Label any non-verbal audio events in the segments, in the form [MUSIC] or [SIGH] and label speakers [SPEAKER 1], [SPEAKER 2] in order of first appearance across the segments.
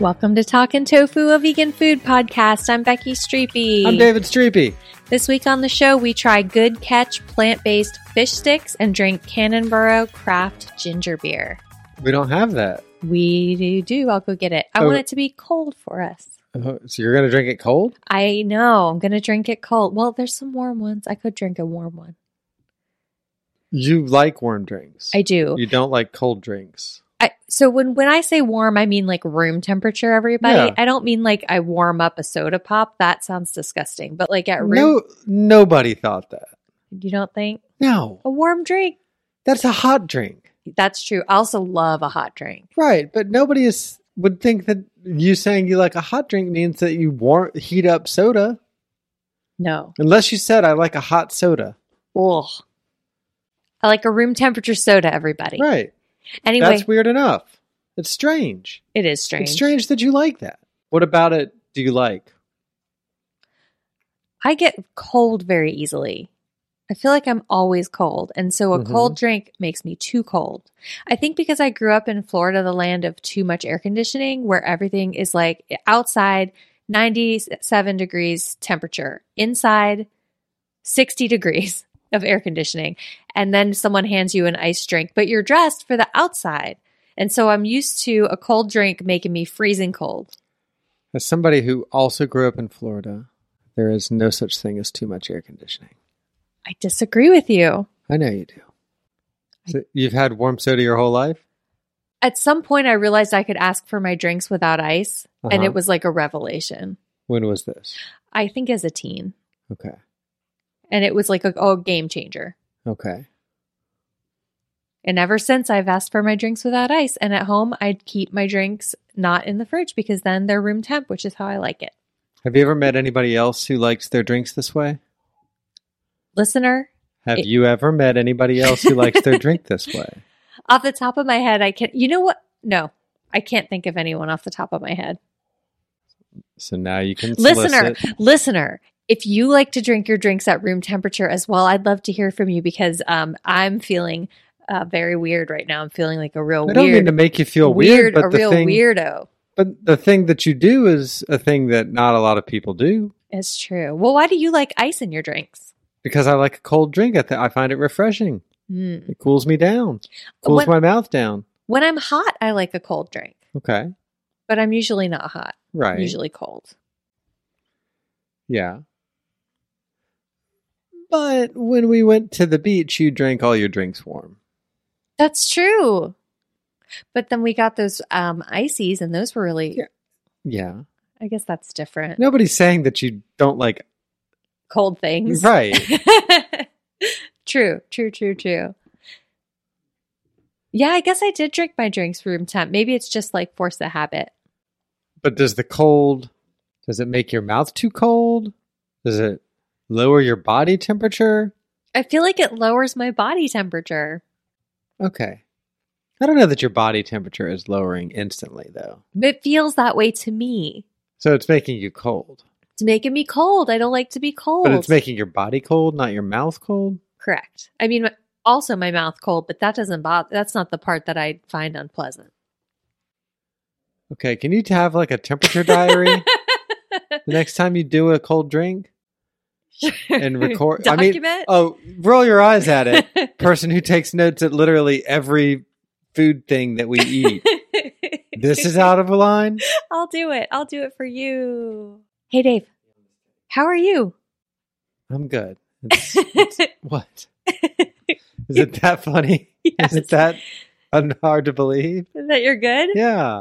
[SPEAKER 1] Welcome to Talkin' Tofu, a vegan food podcast. I'm Becky Streepy.
[SPEAKER 2] I'm David Streepy.
[SPEAKER 1] This week on the show, we try Good Catch plant based fish sticks and drink Cannonboro craft ginger beer.
[SPEAKER 2] We don't have that.
[SPEAKER 1] We do, do. I'll go get it. I
[SPEAKER 2] Oh.
[SPEAKER 1] want it to be cold for us.
[SPEAKER 2] Oh, So you're gonna drink it cold?
[SPEAKER 1] I know. I'm going to drink it cold. Well, there's some warm ones. I could drink a warm one.
[SPEAKER 2] You like warm drinks.
[SPEAKER 1] I do.
[SPEAKER 2] You don't like cold drinks.
[SPEAKER 1] I, so when when I say warm, I mean like room temperature. Everybody,
[SPEAKER 2] Yeah.
[SPEAKER 1] I don't mean like I warm up a soda pop. That sounds disgusting. But like at room,
[SPEAKER 2] No, nobody thought that.
[SPEAKER 1] you don't think
[SPEAKER 2] No,
[SPEAKER 1] a warm drink?
[SPEAKER 2] that's a hot drink,
[SPEAKER 1] That's true. I also love a hot drink.
[SPEAKER 2] right? But nobody is would think that you saying you like a hot drink means that you warm heat up soda,
[SPEAKER 1] No.
[SPEAKER 2] unless you said I like a hot soda,
[SPEAKER 1] Ugh. I like a room temperature soda, everybody.
[SPEAKER 2] right?
[SPEAKER 1] Anyway,
[SPEAKER 2] that's weird enough. It's strange.
[SPEAKER 1] it is strange.
[SPEAKER 2] It's strange that you like that. What about it? Do you like?
[SPEAKER 1] I get cold very easily. I feel like I'm always cold. And so a
[SPEAKER 2] Mhm.
[SPEAKER 1] cold drink makes me too cold. I think because I grew up in Florida, the land of too much air conditioning, where everything is like outside 97 degrees temperature, inside 60 degrees of air conditioning. And then someone hands you an ice drink, but you're dressed for the outside. And so I'm used to a cold drink making me freezing cold.
[SPEAKER 2] As somebody who also grew up in Florida, there is no such thing as too much air conditioning.
[SPEAKER 1] I disagree with you.
[SPEAKER 2] I know you do. So you've had warm soda your whole life?
[SPEAKER 1] at some point I realized I could ask for my drinks without ice and
[SPEAKER 2] Uh-huh.
[SPEAKER 1] it was like a revelation.
[SPEAKER 2] When was this?
[SPEAKER 1] I think as a teen.
[SPEAKER 2] Okay.
[SPEAKER 1] And it was like a oh, game changer.
[SPEAKER 2] Okay.
[SPEAKER 1] And ever since I've asked for my drinks without ice and at home I'd keep my drinks not in the fridge because then they're room temp, which is how I like it.
[SPEAKER 2] Have you ever met anybody else who likes their drinks this way?
[SPEAKER 1] Listener,
[SPEAKER 2] Have
[SPEAKER 1] It-
[SPEAKER 2] you ever met anybody else who likes their drink this way?
[SPEAKER 1] off the top of my head I can You know what? No. I can't think of anyone off the top of my head.
[SPEAKER 2] So now you can
[SPEAKER 1] listener,
[SPEAKER 2] solicit-
[SPEAKER 1] listener, if you like to drink your drinks at room temperature as well, I'd love to hear from you because um, I'm feeling uh, very weird right now. I'm feeling like a real
[SPEAKER 2] I don't
[SPEAKER 1] weird,
[SPEAKER 2] mean to make you feel weird,
[SPEAKER 1] a
[SPEAKER 2] but the
[SPEAKER 1] real
[SPEAKER 2] thing,
[SPEAKER 1] weirdo.
[SPEAKER 2] but the thing that you do is a thing that not a lot of people do.
[SPEAKER 1] It's true. Well, why do you like ice in your drinks?
[SPEAKER 2] Because I like a cold drink, I, th- I find it refreshing.
[SPEAKER 1] Hmm.
[SPEAKER 2] It cools me down, cools
[SPEAKER 1] When-
[SPEAKER 2] my mouth down.
[SPEAKER 1] When I'm hot, I like a cold drink,
[SPEAKER 2] Okay,
[SPEAKER 1] but I'm usually not hot.
[SPEAKER 2] right.
[SPEAKER 1] Usually cold.
[SPEAKER 2] Yeah. But when we went to the beach, you drank all your drinks warm.
[SPEAKER 1] That's true. But then we got those um, ices, and those were really.
[SPEAKER 2] Yeah. Yeah.
[SPEAKER 1] I guess that's different.
[SPEAKER 2] Nobody's saying that you don't like.
[SPEAKER 1] Cold things,
[SPEAKER 2] Right.
[SPEAKER 1] [LAUGHS] true, true, true, true. Yeah, I guess I did drink my drinks room temp. Maybe it's just like force the habit.
[SPEAKER 2] But does the cold, does it make your mouth too cold? Does it lower your body temperature?
[SPEAKER 1] I feel like it lowers my body temperature.
[SPEAKER 2] Okay. I don't know that your body temperature is lowering instantly, though.
[SPEAKER 1] It feels that way to me.
[SPEAKER 2] So it's making you cold.
[SPEAKER 1] It's making me cold. I don't like to be cold.
[SPEAKER 2] But it's making your body cold, not your mouth cold.
[SPEAKER 1] correct. I mean, also my mouth cold, but that doesn't bother. That's not the part that I find unpleasant. [LAUGHS]
[SPEAKER 2] Okay. Can you have like a temperature diary the next time you do a cold drink? and record. I mean,
[SPEAKER 1] Document?
[SPEAKER 2] oh, roll your eyes at
[SPEAKER 1] [LAUGHS]
[SPEAKER 2] it. Person who takes notes at literally every food thing that we eat. [LAUGHS] this is out of line.
[SPEAKER 1] [LAUGHS] I'll do it. I'll do it for you. Hey, Dave. How are you?
[SPEAKER 2] I'm good. It's- it's-
[SPEAKER 1] [LAUGHS]
[SPEAKER 2] what? Is it that funny?
[SPEAKER 1] Yes.
[SPEAKER 2] Is it that un- hard to believe?
[SPEAKER 1] That you're good?
[SPEAKER 2] Yeah.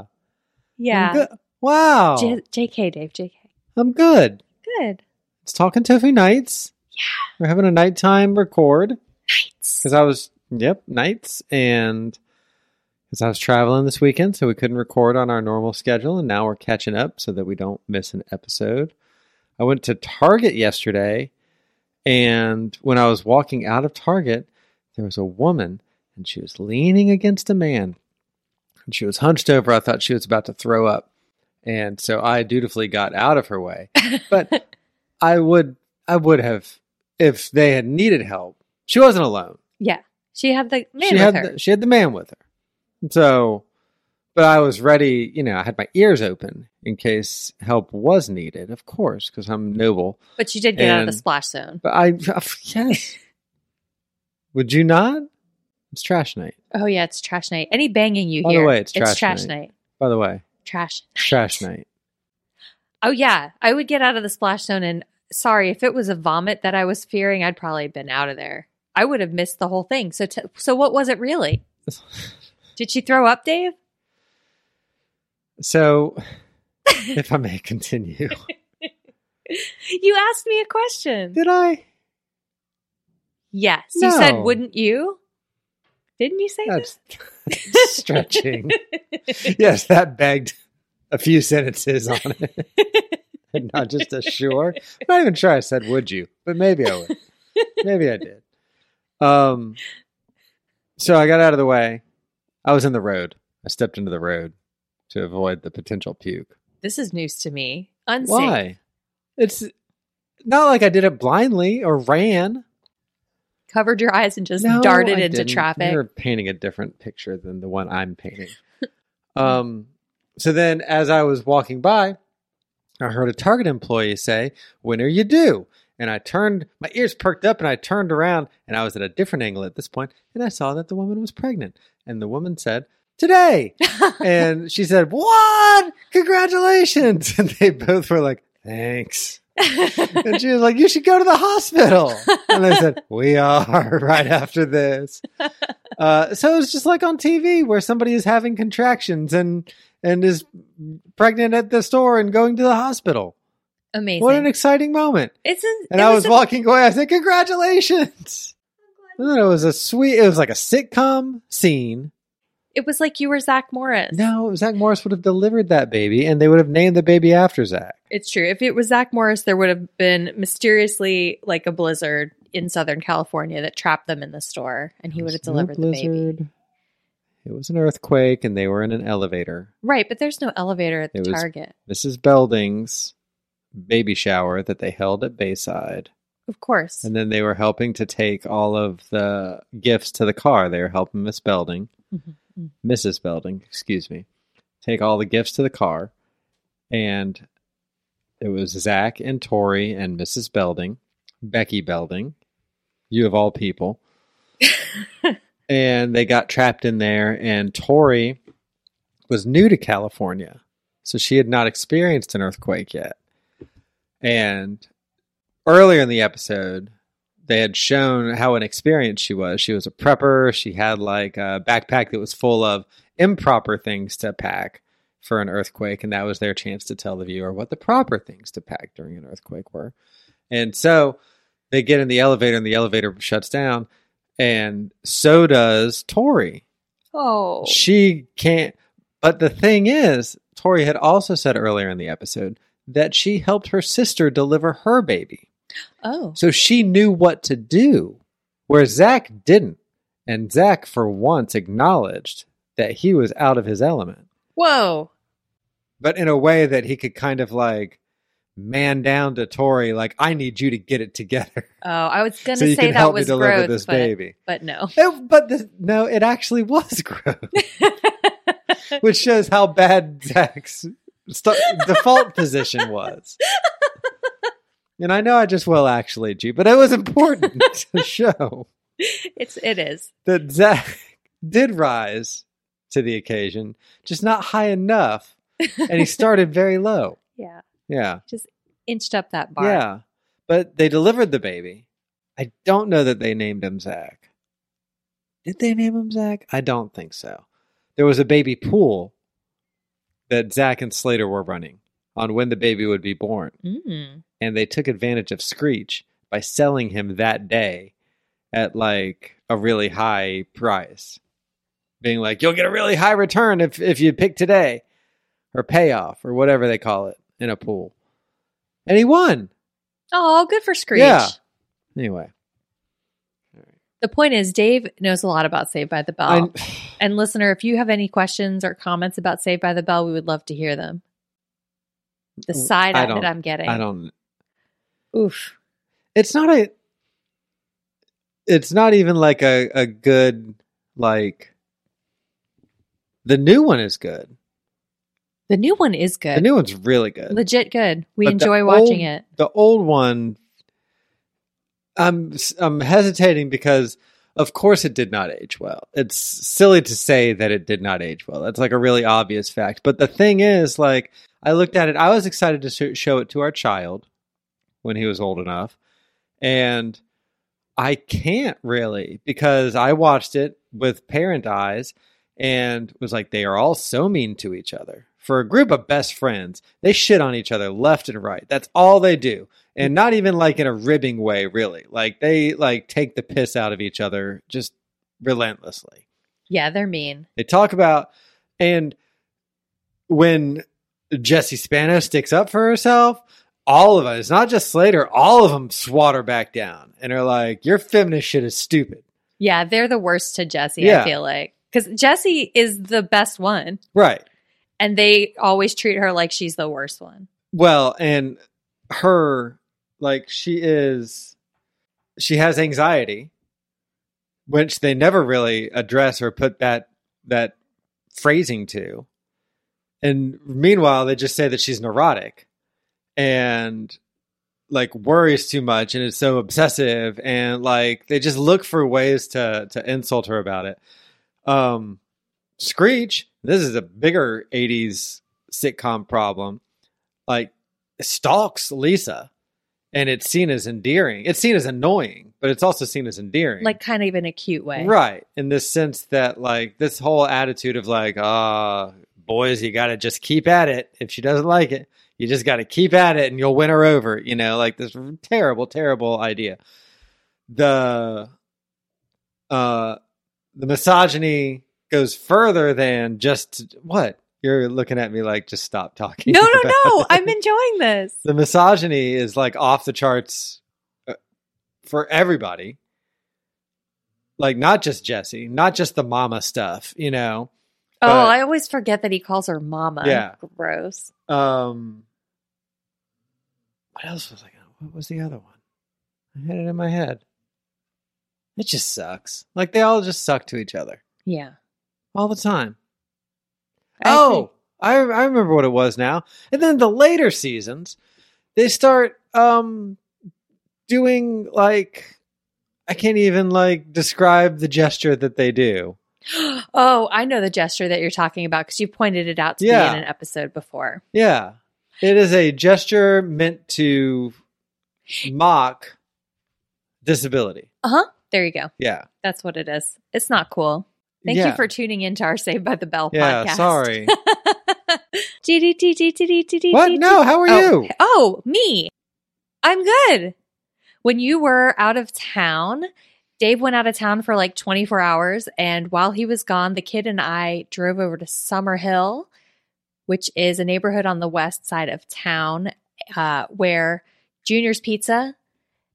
[SPEAKER 2] I'm
[SPEAKER 1] Yeah.
[SPEAKER 2] good. Wow.
[SPEAKER 1] J- JK, Dave. JK.
[SPEAKER 2] I'm good.
[SPEAKER 1] Good.
[SPEAKER 2] It's talking tofu nights. Yeah. We're having a nighttime record.
[SPEAKER 1] Nights.
[SPEAKER 2] because I was yep nights and because I was traveling this weekend, so we couldn't record on our normal schedule, and now we're catching up so that we don't miss an episode. I went to Target yesterday, and when I was walking out of Target, there was a woman and she was leaning against a man, and she was hunched over. I thought she was about to throw up, and so I dutifully got out of her way. But I would, I would have if they had needed help. She wasn't alone
[SPEAKER 1] Yeah. She had the man
[SPEAKER 2] she
[SPEAKER 1] with
[SPEAKER 2] had
[SPEAKER 1] her.
[SPEAKER 2] The, she had the man with her. And so, but I was ready. You know, I had my ears open in case help was needed, of course, because I'm noble.
[SPEAKER 1] but she did get out of the
[SPEAKER 2] and-
[SPEAKER 1] splash zone.
[SPEAKER 2] But I oh,
[SPEAKER 1] [LAUGHS]
[SPEAKER 2] yes, would you not? It's trash night.
[SPEAKER 1] Oh, yeah. It's trash night. Any banging you
[SPEAKER 2] By the
[SPEAKER 1] hear.
[SPEAKER 2] way, it's trash night.
[SPEAKER 1] night.
[SPEAKER 2] By the way,
[SPEAKER 1] Trash.
[SPEAKER 2] it's trash night.
[SPEAKER 1] Oh, yeah. I would get out of the splash zone. And sorry, if it was a vomit that I was fearing, I'd probably have been out of there. I would have missed the whole thing. So, t- so what was it
[SPEAKER 2] [LAUGHS]
[SPEAKER 1] really? Did she throw up, Dave? [LAUGHS]
[SPEAKER 2] So, if I
[SPEAKER 1] [LAUGHS]
[SPEAKER 2] may continue,
[SPEAKER 1] You asked me a question.
[SPEAKER 2] did I?
[SPEAKER 1] Yes. You said,
[SPEAKER 2] No.
[SPEAKER 1] wouldn't you? Didn't you say that?
[SPEAKER 2] That's stretching. yes, that begged a few sentences on it. and not just a sure. I'm not even sure I said would you, but maybe I would. Maybe I did. Um so I got out of the way. I was in the road. I stepped into the road to avoid the potential puke.
[SPEAKER 1] This is news to me. Unsafe.
[SPEAKER 2] Why? It's not like I did it blindly or ran.
[SPEAKER 1] Covered your eyes and just
[SPEAKER 2] No,
[SPEAKER 1] darted
[SPEAKER 2] I
[SPEAKER 1] into
[SPEAKER 2] didn't.
[SPEAKER 1] traffic.
[SPEAKER 2] You're painting a different picture than the one
[SPEAKER 1] [LAUGHS]
[SPEAKER 2] I'm painting. um, so then, as I was walking by, I heard a Target employee say, "When are you due?" And I turned, my ears perked up, and I turned around, and I was at a different angle at this point, and I saw that the woman was pregnant, and the woman said,
[SPEAKER 1] [LAUGHS]
[SPEAKER 2] "Today," and she said, "What? Congratulations!" [LAUGHS] And they both were like, "Thanks." and she was like, "You should go to the hospital." And I
[SPEAKER 1] [LAUGHS]
[SPEAKER 2] said, "We are [LAUGHS] right after this." Uh, so it's just like on TV where somebody is having contractions and and is pregnant at the store and going to the hospital.
[SPEAKER 1] Amazing.
[SPEAKER 2] What an exciting moment!
[SPEAKER 1] it's a,
[SPEAKER 2] And
[SPEAKER 1] it
[SPEAKER 2] I was
[SPEAKER 1] a-
[SPEAKER 2] walking away. I said, "Congratulations!" And then it was a sweet. It was like a sitcom scene.
[SPEAKER 1] It was like you were Zach Morris.
[SPEAKER 2] No, Zach Morris would have delivered that baby, and they would have named the baby after Zach.
[SPEAKER 1] It's true. If it was Zach Morris, there would have been mysteriously like a blizzard in Southern California that trapped them in the store and he would have
[SPEAKER 2] It was not a
[SPEAKER 1] delivered the baby.
[SPEAKER 2] blizzard. It was an earthquake, and they were in an elevator.
[SPEAKER 1] Right, but there's no elevator at the
[SPEAKER 2] It was-
[SPEAKER 1] Target.
[SPEAKER 2] Mrs. Belding's baby shower that they held at Bayside.
[SPEAKER 1] Of course.
[SPEAKER 2] And then they were helping to take all of the gifts to the car. They were helping Miss Belding, Mrs. Belding, excuse me, take all the gifts to the car. And it was Zach and Tori and Mrs. Belding, Becky Belding, you of all people. and they got trapped in there. And Tori was new to California. So she had not experienced an earthquake yet. And earlier in the episode, they had shown how inexperienced she was. She was a prepper. She had like a backpack that was full of improper things to pack for an earthquake. And that was their chance to tell the viewer what the proper things to pack during an earthquake were. And so they get in the elevator and the elevator shuts down. And so does Tori.
[SPEAKER 1] oh.
[SPEAKER 2] She can't. But the thing is, Tori had also said earlier in the episode that she helped her sister deliver her baby.
[SPEAKER 1] oh.
[SPEAKER 2] So she knew what to do, where Zach didn't. And Zach, for once, acknowledged that he was out of his element,
[SPEAKER 1] Whoa.
[SPEAKER 2] but in a way that he could kind of like man down to Tori, like, I need you to get it together. [LAUGHS]
[SPEAKER 1] Oh, I was going
[SPEAKER 2] So
[SPEAKER 1] to
[SPEAKER 2] you
[SPEAKER 1] say
[SPEAKER 2] can
[SPEAKER 1] that
[SPEAKER 2] help me
[SPEAKER 1] was
[SPEAKER 2] deliver
[SPEAKER 1] gross,
[SPEAKER 2] this
[SPEAKER 1] but,
[SPEAKER 2] baby.
[SPEAKER 1] but no. [LAUGHS]
[SPEAKER 2] It- but the, no, it actually was [LAUGHS] gross, which shows how bad Zach's st- default position was. And I know I just well actually you, but it was important [LAUGHS] to show
[SPEAKER 1] It's it is.
[SPEAKER 2] that Zach [LAUGHS] did rise to the occasion, just not high enough. And he started very low.
[SPEAKER 1] Yeah.
[SPEAKER 2] Yeah.
[SPEAKER 1] Inched up that bar.
[SPEAKER 2] Yeah. But they delivered the baby. I don't know that they named him Zach. Did they name him Zach? I don't think so. There was a baby pool that Zach and Slater were running on when the baby would be born.
[SPEAKER 1] Mm.
[SPEAKER 2] And they took advantage of Screech by selling him that day at like a really high price. Being like, you'll get a really high return if, if you pick today or payoff or whatever they call it in a pool. And he won.
[SPEAKER 1] Oh, good for Screech.
[SPEAKER 2] Yeah. Anyway,
[SPEAKER 1] The point is, Dave knows a lot about Saved by the Bell.
[SPEAKER 2] [SIGHS] I-
[SPEAKER 1] And listener, if you have any questions or comments about Saved by the Bell, we would love to hear them. The side
[SPEAKER 2] I
[SPEAKER 1] eye
[SPEAKER 2] don't-
[SPEAKER 1] that I'm getting.
[SPEAKER 2] I don't.
[SPEAKER 1] Oof.
[SPEAKER 2] It's not a. It's not even like a a good like. The new one is good.
[SPEAKER 1] The new one is good.
[SPEAKER 2] The new one's really good.
[SPEAKER 1] Legit good. We
[SPEAKER 2] But the
[SPEAKER 1] enjoy watching
[SPEAKER 2] old-
[SPEAKER 1] it.
[SPEAKER 2] The old one. I'm s- I'm hesitating because of course it did not age well. It's silly to say that it did not age well. That's like a really obvious fact. But the thing is, like I looked at it, I was excited to sh- show it to our child when he was old enough, and I can't really because I watched it with parent eyes and was like, they are all so mean to each other. For a group of best friends, they shit on each other left and right. That's all they do. And not even like in a ribbing way, really. Like they like take the piss out of each other just relentlessly.
[SPEAKER 1] Yeah, they're mean.
[SPEAKER 2] They talk about and when Jesse Spano sticks up for herself, all of us, it's not just Slater, all of them swat her back down and are like, Your feminist shit is stupid.
[SPEAKER 1] Yeah, they're the worst to Jesse,
[SPEAKER 2] Yeah.
[SPEAKER 1] I feel like. Because Jesse is the best one.
[SPEAKER 2] Right.
[SPEAKER 1] And they always treat her like she's the worst one.
[SPEAKER 2] Well, and her like she is she has anxiety, which they never really address or put that that phrasing to. And meanwhile, they just say that she's neurotic and like worries too much and is so obsessive and like they just look for ways to to insult her about it. Um Screech, this is a bigger 80s sitcom problem like stalks Lisa and it's seen as endearing. It's seen as annoying, but it's also seen as endearing.
[SPEAKER 1] Like, kind of in a cute way.
[SPEAKER 2] Right. In the sense that like this whole attitude of like, ah, boys, you gotta just keep at it. If she doesn't like it, you just gotta keep at it and you'll win her over, you know, like this terrible, terrible idea. The uh the misogyny goes further than just what? You're looking at me like just stop talking.
[SPEAKER 1] [LAUGHS] No, no,
[SPEAKER 2] [LAUGHS] about
[SPEAKER 1] no.
[SPEAKER 2] it
[SPEAKER 1] I'm enjoying this.
[SPEAKER 2] the misogyny is like off the charts uh, for everybody like not just jesse not just the mama stuff you know
[SPEAKER 1] Oh,
[SPEAKER 2] But-
[SPEAKER 1] I always forget that he calls her mama.
[SPEAKER 2] Yeah.
[SPEAKER 1] Gross.
[SPEAKER 2] um what else was i gonna what was the other one i had it in my head it just sucks like they all just suck to each other
[SPEAKER 1] Yeah.
[SPEAKER 2] all the time
[SPEAKER 1] I
[SPEAKER 2] oh, I, I remember what it was now. And then the later seasons, they start um doing like I can't even like describe the gesture that they do.
[SPEAKER 1] [GASPS] Oh, I know the gesture that you're talking about because you pointed it out to
[SPEAKER 2] Yeah.
[SPEAKER 1] me in an episode before.
[SPEAKER 2] Yeah, it is a gesture meant to mock disability.
[SPEAKER 1] Uh huh. There you go.
[SPEAKER 2] Yeah,
[SPEAKER 1] That's what it is. It's not cool. Thank you
[SPEAKER 2] Yeah.
[SPEAKER 1] for tuning into our Saved by the Bell
[SPEAKER 2] yeah.
[SPEAKER 1] podcast. [LAUGHS]
[SPEAKER 2] Sorry.
[SPEAKER 1] what?
[SPEAKER 2] what? No. How are you?
[SPEAKER 1] Oh, me. I'm good. When you were out of town, Dave went out of town for like 24 hours. And while he was gone, the kid and I drove over to Summer Hill, which is a neighborhood on the west side of town uh, where Junior's Pizza,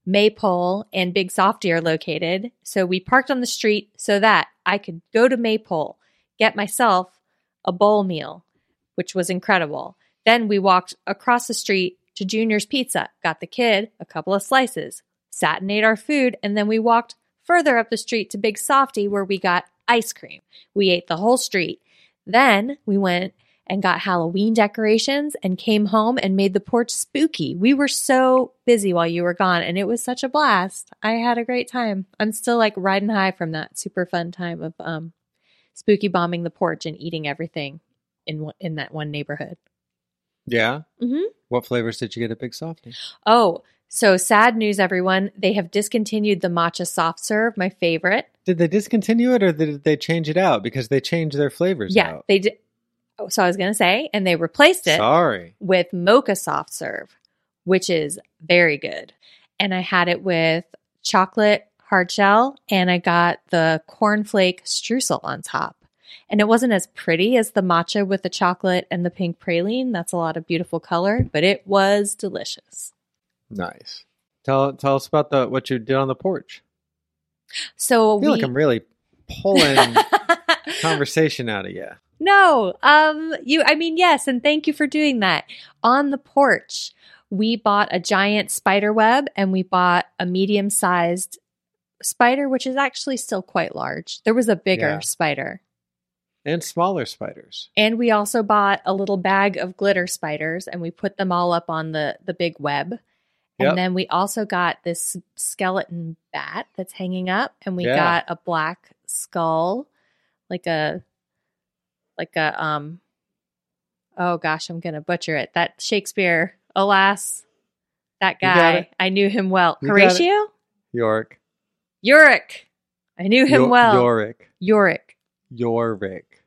[SPEAKER 1] Maypole, and Big Softy are located. So we parked on the street so that I could go to Maypole, get myself a bowl meal, which was incredible. Then we walked across the street to Junior's Pizza, got the kid a couple of slices, sat and ate our food, and then we walked further up the street to Big Softy where we got ice cream. We ate the whole street. Then we went and got Halloween decorations and came home and made the porch spooky. We were so busy while you were gone and it was such a blast. I had a great time. I'm still like riding high from that super fun time of um spooky bombing the porch and eating everything in one- in that one neighborhood.
[SPEAKER 2] Yeah.
[SPEAKER 1] Mhm.
[SPEAKER 2] What flavors did you get at Big Softy?
[SPEAKER 1] Oh, so sad news everyone. They have discontinued the matcha soft serve, my favorite.
[SPEAKER 2] Did they discontinue it or did they change it out? Because they changed their flavors
[SPEAKER 1] yeah,
[SPEAKER 2] out.
[SPEAKER 1] they did Oh, so I was going to say and they replaced it
[SPEAKER 2] Sorry.
[SPEAKER 1] with mocha soft serve, which is very good. And I had it with chocolate hard shell and I got the cornflake streusel on top. And it wasn't as pretty as the matcha with the chocolate and the pink praline. That's a lot of beautiful color, but it was delicious.
[SPEAKER 2] Nice. Tell tell us about the what you did on the porch.
[SPEAKER 1] So
[SPEAKER 2] I feel
[SPEAKER 1] we
[SPEAKER 2] like I'm really
[SPEAKER 1] [LAUGHS]
[SPEAKER 2] pulling conversation out of you.
[SPEAKER 1] No, um, you. I mean, yes, and thank you for doing that. On the porch, we bought a giant spider web, and we bought a medium-sized spider, which is actually still quite large. There was a bigger
[SPEAKER 2] Yeah.
[SPEAKER 1] spider,
[SPEAKER 2] And smaller spiders.
[SPEAKER 1] and we also bought a little bag of glitter spiders, and we put them all up on the the big web.
[SPEAKER 2] Yep.
[SPEAKER 1] And then we also got this skeleton bat that's hanging up, and we
[SPEAKER 2] Yeah.
[SPEAKER 1] got a black skull, like a, like a um, oh gosh, I'm gonna butcher it. That Shakespeare, alas, that
[SPEAKER 2] You got
[SPEAKER 1] guy,
[SPEAKER 2] it.
[SPEAKER 1] I knew him well.
[SPEAKER 2] You got it.
[SPEAKER 1] Horatio,
[SPEAKER 2] York.
[SPEAKER 1] Yorick, I knew him
[SPEAKER 2] Yo-
[SPEAKER 1] well.
[SPEAKER 2] Yorick.
[SPEAKER 1] Yorick,
[SPEAKER 2] Yorick.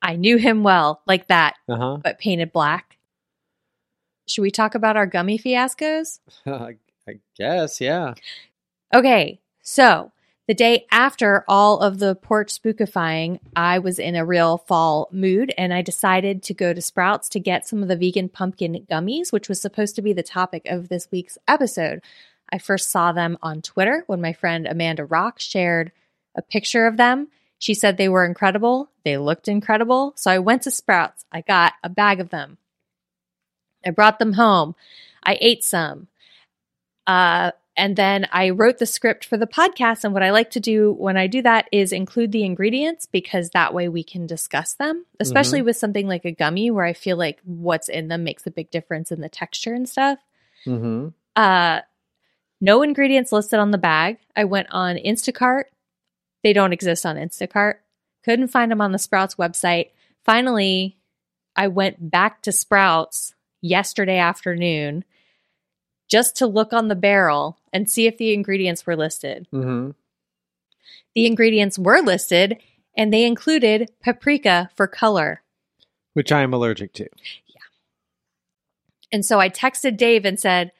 [SPEAKER 1] I knew him well, like that,
[SPEAKER 2] Uh
[SPEAKER 1] but painted black. Should we talk about our gummy fiascos?
[SPEAKER 2] huh. [LAUGHS] I guess, yeah.
[SPEAKER 1] Okay, so the day after all of the porch spookifying, I was in a real fall mood and I decided to go to Sprouts to get some of the vegan pumpkin gummies, which was supposed to be the topic of this week's episode. I first saw them on Twitter when my friend Amanda Rock shared a picture of them. She said they were incredible. They looked incredible. So I went to Sprouts. I got a bag of them. I brought them home. I ate some. Uh, and then I wrote the script for the podcast. And what I like to do when I do that is include the ingredients because that way we can discuss them, especially with something like a gummy where I feel like what's in them makes a big difference in the texture and stuff.
[SPEAKER 2] Mm-hmm.
[SPEAKER 1] Uh, no ingredients listed on the bag. I went on Instacart. They don't exist on Instacart. Couldn't find them on the Sprouts website. Finally, I went back to Sprouts yesterday afternoon just to look on the barrel and see if the ingredients were listed.
[SPEAKER 2] Mm-hmm.
[SPEAKER 1] The ingredients were listed and they included paprika for color.
[SPEAKER 2] Which I am allergic to.
[SPEAKER 1] And so I texted Dave and said,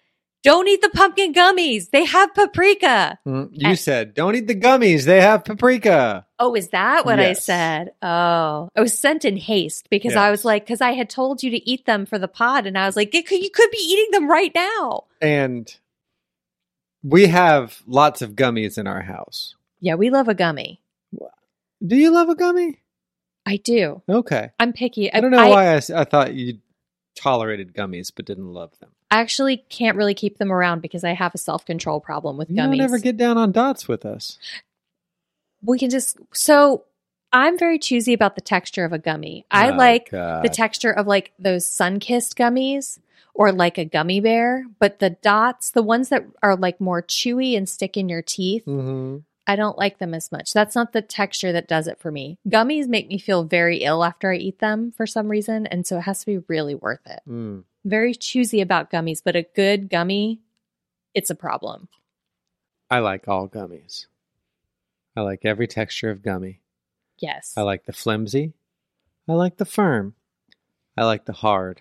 [SPEAKER 1] Don't eat the pumpkin gummies. They have paprika.
[SPEAKER 2] Mm, You
[SPEAKER 1] I-
[SPEAKER 2] said, don't eat the gummies. They have paprika.
[SPEAKER 1] Oh, is that what I
[SPEAKER 2] Yes.
[SPEAKER 1] said? Oh, I was sent in haste because I was
[SPEAKER 2] Yes.
[SPEAKER 1] like, because I had told you to eat them for the pod, and I was like, it could, you could be eating them right now.
[SPEAKER 2] And we have lots of gummies in our house.
[SPEAKER 1] Yeah, we love a gummy.
[SPEAKER 2] Do you love a gummy?
[SPEAKER 1] I do.
[SPEAKER 2] Okay.
[SPEAKER 1] I'm picky.
[SPEAKER 2] I don't know why I, s- I thought you tolerated gummies but didn't love them.
[SPEAKER 1] I actually can't really keep them around because I have a self control problem with
[SPEAKER 2] You
[SPEAKER 1] gummies.
[SPEAKER 2] don't ever get down on dots with us.
[SPEAKER 1] we can just so. I'm very choosy about the texture of a gummy. I like the texture of like those sun kissed gummies or like a gummy bear, but the dots, the ones that are like more chewy and stick in your teeth,
[SPEAKER 2] hmm
[SPEAKER 1] I don't like them as much. That's not the texture that does it for me. Gummies make me feel very ill after I eat them for some reason. And so it has to be really worth it.
[SPEAKER 2] Mm.
[SPEAKER 1] Very choosy about gummies, but a good gummy, it's a problem.
[SPEAKER 2] I like all gummies. I like every texture of gummy.
[SPEAKER 1] Yes.
[SPEAKER 2] I like the flimsy. I like the firm. I like the hard.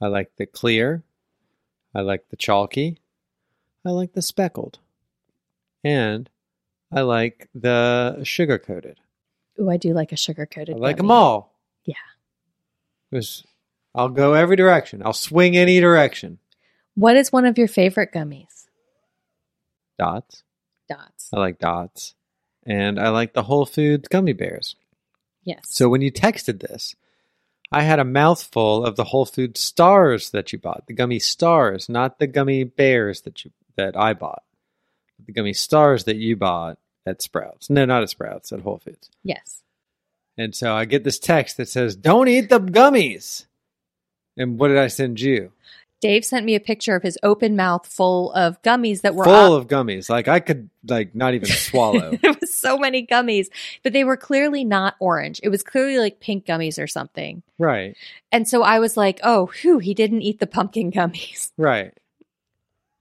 [SPEAKER 2] I like the clear. I like the chalky. I like the speckled. And I like the sugar coated.
[SPEAKER 1] Ooh, I do like a sugar
[SPEAKER 2] I
[SPEAKER 1] coated.
[SPEAKER 2] like them all.
[SPEAKER 1] Yeah.
[SPEAKER 2] There's- I'll go every direction. I'll swing any direction.
[SPEAKER 1] What is one of your favorite gummies?
[SPEAKER 2] Dots.
[SPEAKER 1] Dots.
[SPEAKER 2] I like dots. And I like the Whole Foods gummy bears.
[SPEAKER 1] Yes.
[SPEAKER 2] So when you texted this, I had a mouthful of the Whole Food stars that you bought, the gummy stars, not the gummy bears that you that I bought, the gummy stars that you bought at Sprouts. No, not at Sprouts, at Whole Foods.
[SPEAKER 1] yes.
[SPEAKER 2] And so I get this text that says, Don't eat the gummies. And what did I send you?
[SPEAKER 1] Dave sent me a picture of his open mouth full of gummies that were
[SPEAKER 2] Full
[SPEAKER 1] op-
[SPEAKER 2] of gummies. Like I could like not even swallow.
[SPEAKER 1] [LAUGHS] There was so many gummies, but they were clearly not orange. It was clearly like pink gummies or something.
[SPEAKER 2] right.
[SPEAKER 1] And so I was like, "Oh, whew, he didn't eat the pumpkin gummies." [LAUGHS]
[SPEAKER 2] Right.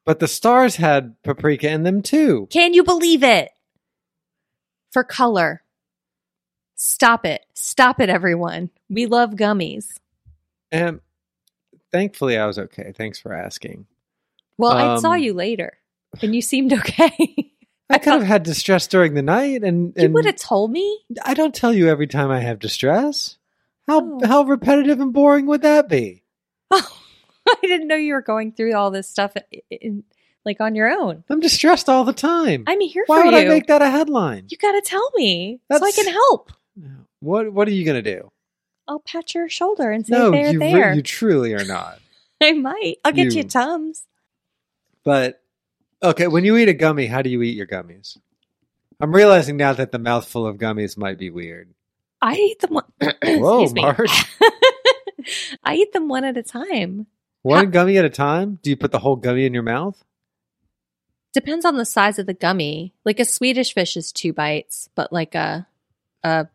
[SPEAKER 2] But the stars had paprika in them too.
[SPEAKER 1] Can you believe it? For color. Stop it. Stop it, everyone. We love gummies.
[SPEAKER 2] And thankfully I was okay. Thanks for asking.
[SPEAKER 1] Well, I
[SPEAKER 2] Um,
[SPEAKER 1] saw you later and you seemed [LAUGHS] okay.
[SPEAKER 2] I could have had distress during the night and,
[SPEAKER 1] you
[SPEAKER 2] and
[SPEAKER 1] would have told me. [LAUGHS]
[SPEAKER 2] I don't tell you every time I have distress. How
[SPEAKER 1] Oh.
[SPEAKER 2] how repetitive and boring would that be?
[SPEAKER 1] Oh, I didn't know you were going through all this stuff in, in, like on your own.
[SPEAKER 2] I'm distressed all the time.
[SPEAKER 1] I'm here
[SPEAKER 2] Why
[SPEAKER 1] for
[SPEAKER 2] would
[SPEAKER 1] you.
[SPEAKER 2] I make that a headline?
[SPEAKER 1] you got to tell me so I
[SPEAKER 2] That's-
[SPEAKER 1] can help.
[SPEAKER 2] What what are you gonna do?
[SPEAKER 1] I'll pat your shoulder and say
[SPEAKER 2] No,
[SPEAKER 1] there,
[SPEAKER 2] you re-
[SPEAKER 1] there.
[SPEAKER 2] you truly are not.
[SPEAKER 1] [LAUGHS] I might. I'll get you,
[SPEAKER 2] you-
[SPEAKER 1] tums.
[SPEAKER 2] But okay, when you eat a gummy, how do you eat your gummies? I'm realizing now that the mouthful of gummies might be weird.
[SPEAKER 1] I eat them. One- [CLEARS THROAT]
[SPEAKER 2] Whoa,
[SPEAKER 1] Excuse me.
[SPEAKER 2] Marge.
[SPEAKER 1] [LAUGHS] I eat them one at a time.
[SPEAKER 2] One gummy at a time? Do you put the whole gummy in your mouth?
[SPEAKER 1] Depends on the size of the gummy. Like a Swedish fish is two bites, but like a, a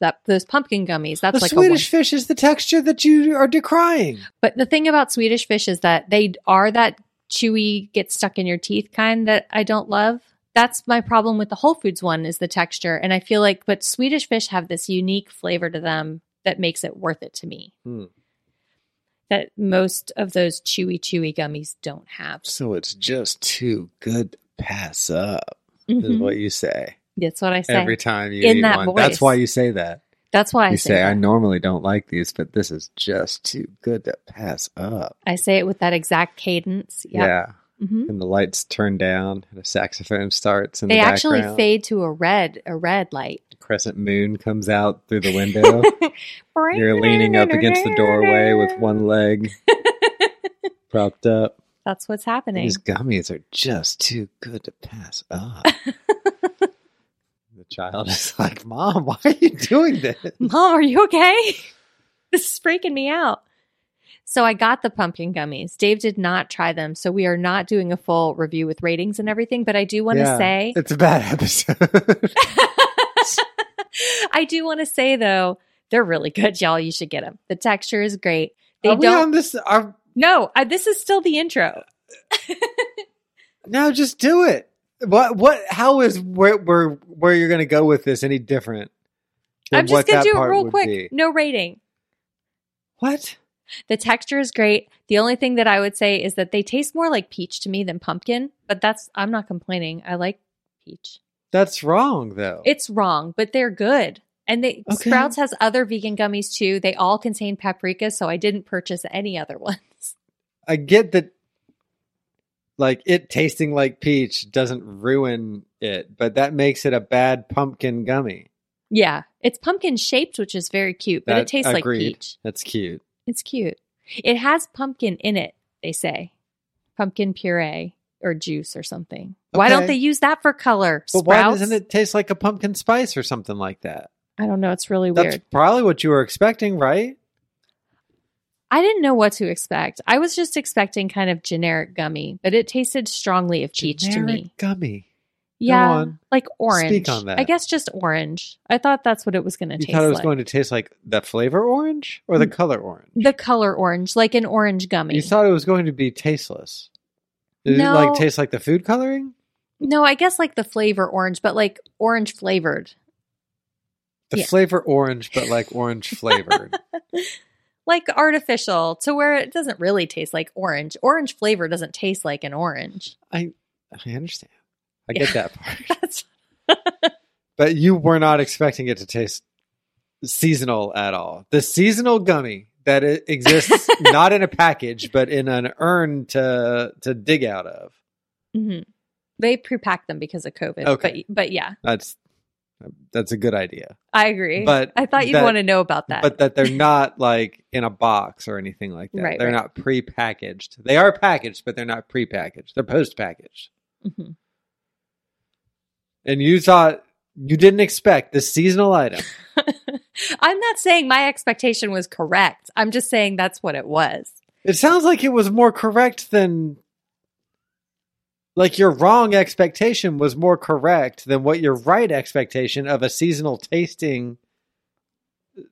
[SPEAKER 1] that those pumpkin gummies. That's
[SPEAKER 2] the
[SPEAKER 1] like a one.
[SPEAKER 2] Swedish fish is the texture that you are decrying.
[SPEAKER 1] But the thing about Swedish fish is that they are that chewy, get stuck in your teeth kind that I don't love. That's my problem with the Whole Foods one is the texture. And I feel like, but Swedish fish have this unique flavor to them that makes it worth it to me.
[SPEAKER 2] Hmm.
[SPEAKER 1] That most of those chewy, chewy gummies don't have.
[SPEAKER 2] So it's just too good to pass up, is
[SPEAKER 1] Mhm.
[SPEAKER 2] what you say.
[SPEAKER 1] That's what I say.
[SPEAKER 2] Every time you
[SPEAKER 1] In
[SPEAKER 2] eat
[SPEAKER 1] that
[SPEAKER 2] one.
[SPEAKER 1] voice.
[SPEAKER 2] That's why you say that.
[SPEAKER 1] That's why I
[SPEAKER 2] you
[SPEAKER 1] say,
[SPEAKER 2] say, I
[SPEAKER 1] that.
[SPEAKER 2] normally don't like these, but this is just too good to pass up.
[SPEAKER 1] I say it with that exact cadence. Yeah.
[SPEAKER 2] Yeah.
[SPEAKER 1] hmm
[SPEAKER 2] And the lights turn down and a saxophone starts in
[SPEAKER 1] They
[SPEAKER 2] the
[SPEAKER 1] actually
[SPEAKER 2] background.
[SPEAKER 1] fade to a red, a red light.
[SPEAKER 2] Crescent moon comes out
[SPEAKER 1] [LAUGHS]
[SPEAKER 2] through the window. You're leaning up against the doorway with one leg
[SPEAKER 1] [LAUGHS]
[SPEAKER 2] propped up.
[SPEAKER 1] That's what's happening.
[SPEAKER 2] These gummies are just too good to pass up. the child is like, Mom, why are you doing
[SPEAKER 1] [LAUGHS]
[SPEAKER 2] this?
[SPEAKER 1] [LAUGHS] Mom, are you okay? [LAUGHS] this is freaking me out. So I got the pumpkin gummies. Dave did not try them, so we are not doing a full review with ratings and everything, but I do want to
[SPEAKER 2] Yeah,
[SPEAKER 1] say
[SPEAKER 2] it's a bad episode.
[SPEAKER 1] [LAUGHS]
[SPEAKER 2] [LAUGHS]
[SPEAKER 1] I do want to say though, they're really good, y'all. You should get them. The texture is great. They
[SPEAKER 2] are Oh, we
[SPEAKER 1] don't
[SPEAKER 2] on this? Are,
[SPEAKER 1] No, I, this is still the intro.
[SPEAKER 2] no, just do it. What? What? How is where where where you're going to go with this any different? than
[SPEAKER 1] I'm just
[SPEAKER 2] what
[SPEAKER 1] going
[SPEAKER 2] that
[SPEAKER 1] to do it
[SPEAKER 2] part
[SPEAKER 1] real
[SPEAKER 2] would
[SPEAKER 1] quick.
[SPEAKER 2] be?
[SPEAKER 1] No rating.
[SPEAKER 2] What?
[SPEAKER 1] The texture is great. The only thing that I would say is that they taste more like peach to me than pumpkin, but that's I'm not complaining. I like peach.
[SPEAKER 2] That's wrong, though.
[SPEAKER 1] It's wrong, but they're good. And they
[SPEAKER 2] Okay.
[SPEAKER 1] Sprouts has other vegan gummies too. They all contain paprika, so I didn't purchase any other [LAUGHS] ones.
[SPEAKER 2] I get that like it tasting like peach doesn't ruin it, but that makes it a bad pumpkin gummy.
[SPEAKER 1] Yeah, it's pumpkin shaped, which is very cute, but
[SPEAKER 2] That-
[SPEAKER 1] it tastes
[SPEAKER 2] agreed.
[SPEAKER 1] like peach.
[SPEAKER 2] That's cute.
[SPEAKER 1] It's cute. It has pumpkin in it, they say. Pumpkin puree or juice or something. Why don't
[SPEAKER 2] Okay.
[SPEAKER 1] they use that for color?
[SPEAKER 2] But
[SPEAKER 1] Sprouts?
[SPEAKER 2] why doesn't it taste like a pumpkin spice or something like that?
[SPEAKER 1] I don't know. It's really
[SPEAKER 2] That's
[SPEAKER 1] weird.
[SPEAKER 2] probably what you were expecting, right?
[SPEAKER 1] I didn't know what to expect. I was just expecting kind of generic gummy, but it tasted strongly of peach to
[SPEAKER 2] Generic
[SPEAKER 1] me.
[SPEAKER 2] Gummy.
[SPEAKER 1] Yeah,
[SPEAKER 2] on.
[SPEAKER 1] like orange.
[SPEAKER 2] Speak on that.
[SPEAKER 1] I guess just orange. I thought that's what it was going to
[SPEAKER 2] You
[SPEAKER 1] taste
[SPEAKER 2] thought it was
[SPEAKER 1] like.
[SPEAKER 2] going to taste like the flavor orange or the color orange?
[SPEAKER 1] the color orange, like an orange gummy.
[SPEAKER 2] You thought it was going to be tasteless. Did it
[SPEAKER 1] No.
[SPEAKER 2] like taste like the food coloring?
[SPEAKER 1] no, I guess like the flavor orange, but like orange flavored,
[SPEAKER 2] The
[SPEAKER 1] Yeah.
[SPEAKER 2] flavor orange, but like orange flavored.
[SPEAKER 1] like artificial, to where it doesn't really taste like orange. Orange flavor doesn't taste like an orange. [LAUGHS]
[SPEAKER 2] I I understand. I
[SPEAKER 1] Yeah.
[SPEAKER 2] get that part.
[SPEAKER 1] [LAUGHS] That's
[SPEAKER 2] But you were not expecting it to taste seasonal at all. The seasonal gummy that it
[SPEAKER 1] [LAUGHS]
[SPEAKER 2] exists not in a package, but in an urn to to dig out of.
[SPEAKER 1] mhm. they prepacked them because of COVID.
[SPEAKER 2] Mm-hmm. Okay.
[SPEAKER 1] but, but yeah,
[SPEAKER 2] That's that's a good idea.
[SPEAKER 1] I agree.
[SPEAKER 2] But
[SPEAKER 1] I thought you'd
[SPEAKER 2] that-
[SPEAKER 1] want to know about that.
[SPEAKER 2] But that they're not like in a box or anything like that.
[SPEAKER 1] Right,
[SPEAKER 2] they're
[SPEAKER 1] right.
[SPEAKER 2] not pre-packaged. They are packaged, but they're not pre-packaged. They're post-packaged.
[SPEAKER 1] Mhm.
[SPEAKER 2] And you thought you didn't expect the seasonal item
[SPEAKER 1] [LAUGHS] I'm not saying my expectation was correct. I'm just saying that's what it was.
[SPEAKER 2] It sounds like it was more correct than like your wrong expectation was more correct than what your right expectation of a seasonal tasting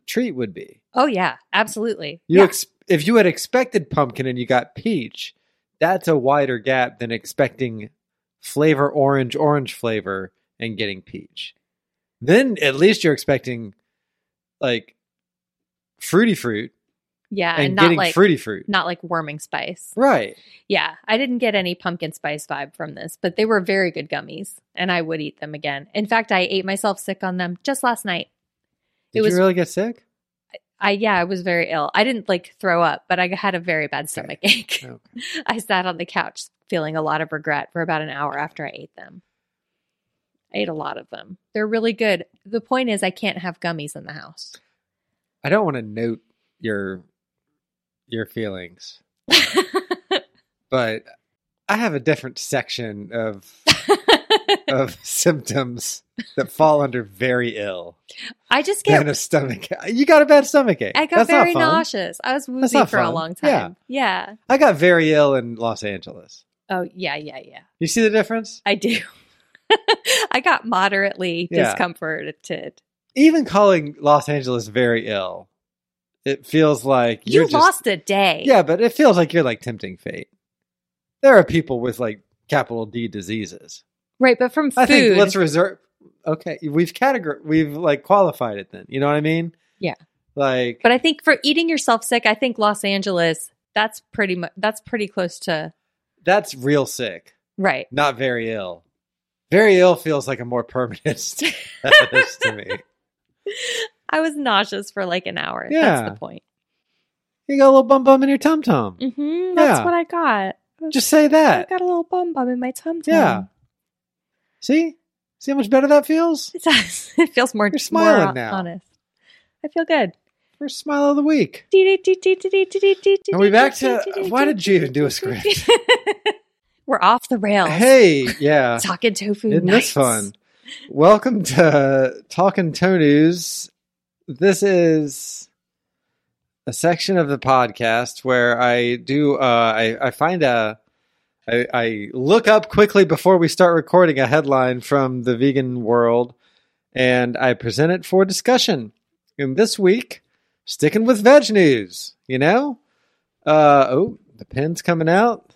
[SPEAKER 2] treat would be.
[SPEAKER 1] Oh yeah, absolutely.
[SPEAKER 2] You
[SPEAKER 1] yeah.
[SPEAKER 2] ex- if you had expected pumpkin and you got peach, that's a wider gap than expecting flavor orange orange flavor and getting peach. Then at least you're expecting like fruity fruit
[SPEAKER 1] yeah,
[SPEAKER 2] and,
[SPEAKER 1] and, Uh, not
[SPEAKER 2] getting
[SPEAKER 1] like
[SPEAKER 2] fruity fruit.
[SPEAKER 1] not like warming spice.
[SPEAKER 2] Right.
[SPEAKER 1] Yeah, I didn't get any pumpkin spice vibe from this, but they were very good gummies and I would eat them again. In fact, I ate myself sick on them just last night.
[SPEAKER 2] Did
[SPEAKER 1] It was-
[SPEAKER 2] you really get sick?
[SPEAKER 1] I yeah, I was very ill. I didn't like throw up, but I had a very bad stomach ache.
[SPEAKER 2] Okay.
[SPEAKER 1] [LAUGHS] I sat on the couch feeling a lot of regret for about an hour after I ate them. I ate a lot of them. They're really good. The point is I can't have gummies in the house. [LAUGHS]
[SPEAKER 2] I don't want to note your your
[SPEAKER 1] [LAUGHS]
[SPEAKER 2] feelings, but I have a different section of
[SPEAKER 1] [LAUGHS]
[SPEAKER 2] of symptoms that fall under very ill
[SPEAKER 1] I just
[SPEAKER 2] than
[SPEAKER 1] get
[SPEAKER 2] a stomach. You got a bad stomach ache.
[SPEAKER 1] I got
[SPEAKER 2] That's not
[SPEAKER 1] very
[SPEAKER 2] fun.
[SPEAKER 1] nauseous. I was woozy
[SPEAKER 2] not
[SPEAKER 1] for a
[SPEAKER 2] fun.
[SPEAKER 1] long
[SPEAKER 2] Yeah.
[SPEAKER 1] time. Yeah.
[SPEAKER 2] I got very ill in Los Angeles.
[SPEAKER 1] Oh yeah, yeah, yeah.
[SPEAKER 2] You see the difference?
[SPEAKER 1] I do. [LAUGHS] I got moderately
[SPEAKER 2] Yeah.
[SPEAKER 1] discomforted.
[SPEAKER 2] Even calling Los Angeles very ill, it feels like
[SPEAKER 1] You
[SPEAKER 2] you're just-
[SPEAKER 1] lost a day.
[SPEAKER 2] Yeah, but it feels like you're like tempting fate. There are people with like capital D diseases.
[SPEAKER 1] Right, but from food.
[SPEAKER 2] I think let's reserve. Okay, we've categor we've like qualified it. Then you know what I mean?
[SPEAKER 1] Yeah.
[SPEAKER 2] Like,
[SPEAKER 1] But I think for eating yourself sick, I think Los Angeles, that's pretty much that's pretty close to
[SPEAKER 2] that's real sick,
[SPEAKER 1] right.
[SPEAKER 2] not very ill. Very ill feels like a more permanent status to me.
[SPEAKER 1] I was nauseous for like an hour.
[SPEAKER 2] Yeah.
[SPEAKER 1] That's the point.
[SPEAKER 2] You got a little bum bum in your tum tum.
[SPEAKER 1] hmm That's
[SPEAKER 2] Yeah.
[SPEAKER 1] what I got. I was-
[SPEAKER 2] Just say
[SPEAKER 1] I
[SPEAKER 2] that.
[SPEAKER 1] got a little bum bum in my tum tum.
[SPEAKER 2] Yeah. See, see how much better that feels.
[SPEAKER 1] [LAUGHS] It does. It feels more,
[SPEAKER 2] You're smiling
[SPEAKER 1] more
[SPEAKER 2] now.
[SPEAKER 1] honest. I feel good.
[SPEAKER 2] First smile of the week.
[SPEAKER 1] Are
[SPEAKER 2] Are we back to why did you even do a script?
[SPEAKER 1] [LAUGHS] We're off the rails.
[SPEAKER 2] Hey, yeah.
[SPEAKER 1] talking tofu.
[SPEAKER 2] Isn't
[SPEAKER 1] nights.
[SPEAKER 2] this fun? Welcome to Talking Toe News. This is a section of the podcast where I do uh, I, I find a I, I look up quickly before we start recording a headline from the vegan world and I present it for discussion. And this week, sticking with veg news, you know? Uh, oh, the pen's coming out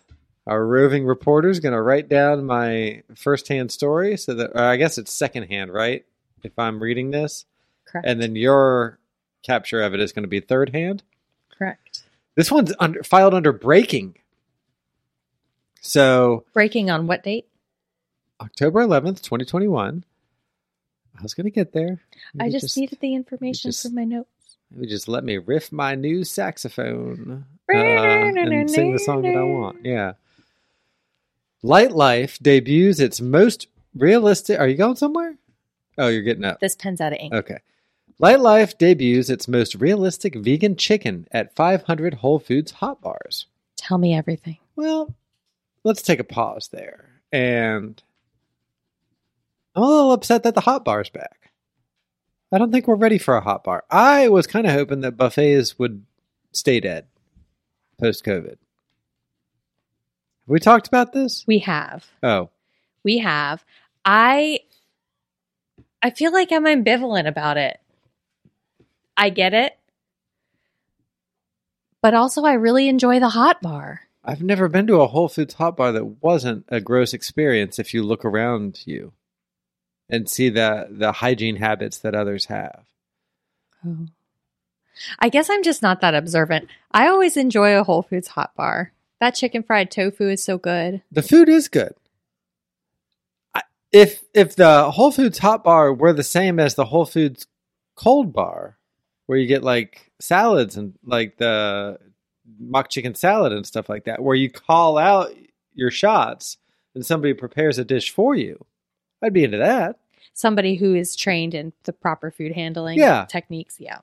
[SPEAKER 2] our roving reporter's going to write down my firsthand story so that or I guess it's secondhand, right? If I'm reading this,
[SPEAKER 1] Correct.
[SPEAKER 2] and then your capture of it is going to be third hand.
[SPEAKER 1] Correct.
[SPEAKER 2] This one's under, filed under breaking. So
[SPEAKER 1] Breaking on what date?
[SPEAKER 2] October 11th, 2021. I was going to get there.
[SPEAKER 1] I
[SPEAKER 2] You
[SPEAKER 1] just, needed the information
[SPEAKER 2] just-
[SPEAKER 1] for my notes.
[SPEAKER 2] you just let me riff my new saxophone uh, and sing the song that I want. Yeah. Light Life debuts its most realistic. Are you going somewhere? Oh, you're getting up.
[SPEAKER 1] This pen's out of ink.
[SPEAKER 2] Okay. Light Life debuts its most realistic vegan chicken at 500 Whole Foods hot bars.
[SPEAKER 1] Tell me everything.
[SPEAKER 2] Well, let's take a pause there. And I'm a little upset that the hot bar's back. I don't think we're ready for a hot bar. I was kind of hoping that buffets would stay dead post COVID. Have we talked about this?
[SPEAKER 1] We have.
[SPEAKER 2] Oh,
[SPEAKER 1] We have. I I feel like I'm ambivalent about it. I get it. But also I really enjoy the hot bar.
[SPEAKER 2] I've never been to a Whole Foods hot bar that wasn't a gross experience if you look around you and see the, the hygiene habits that others have.
[SPEAKER 1] Oh. I guess I'm just not that observant. I always enjoy a Whole Foods hot bar. That chicken fried tofu is so good.
[SPEAKER 2] The food is good. I- If if the Whole Foods hot bar were the same as the Whole Foods cold bar, where you get like salads and like the mock chicken salad and stuff like that, where you call out your shots and somebody prepares a dish for you, I'd be into that.
[SPEAKER 1] Somebody who is trained in the proper food handling
[SPEAKER 2] Yeah.
[SPEAKER 1] techniques. Yeah.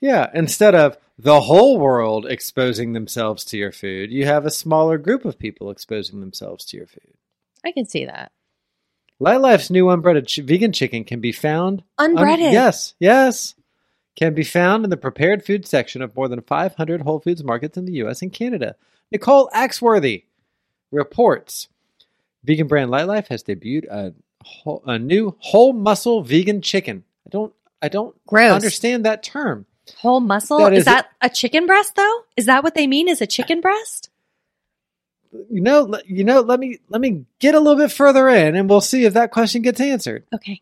[SPEAKER 2] Yeah, instead of the whole world exposing themselves to your food, you have a smaller group of people exposing themselves to your food.
[SPEAKER 1] I can see that.
[SPEAKER 2] Light Life's new unbreaded ch- vegan chicken can be found
[SPEAKER 1] Unbreaded.
[SPEAKER 2] yes, yes. can be found in the prepared food section of more than 500 Whole Foods markets in the US and Canada. Nicole Axworthy reports Vegan brand Lightlife has debuted a, whole, a new whole muscle vegan chicken. I don't I don't
[SPEAKER 1] Gross.
[SPEAKER 2] understand that term.
[SPEAKER 1] Whole muscle?
[SPEAKER 2] That
[SPEAKER 1] is,
[SPEAKER 2] is-
[SPEAKER 1] that a chicken breast though? Is that what they mean? Is a chicken breast?
[SPEAKER 2] You know, le- you know, let me let me get a little bit further in and we'll see if that question gets answered.
[SPEAKER 1] Okay.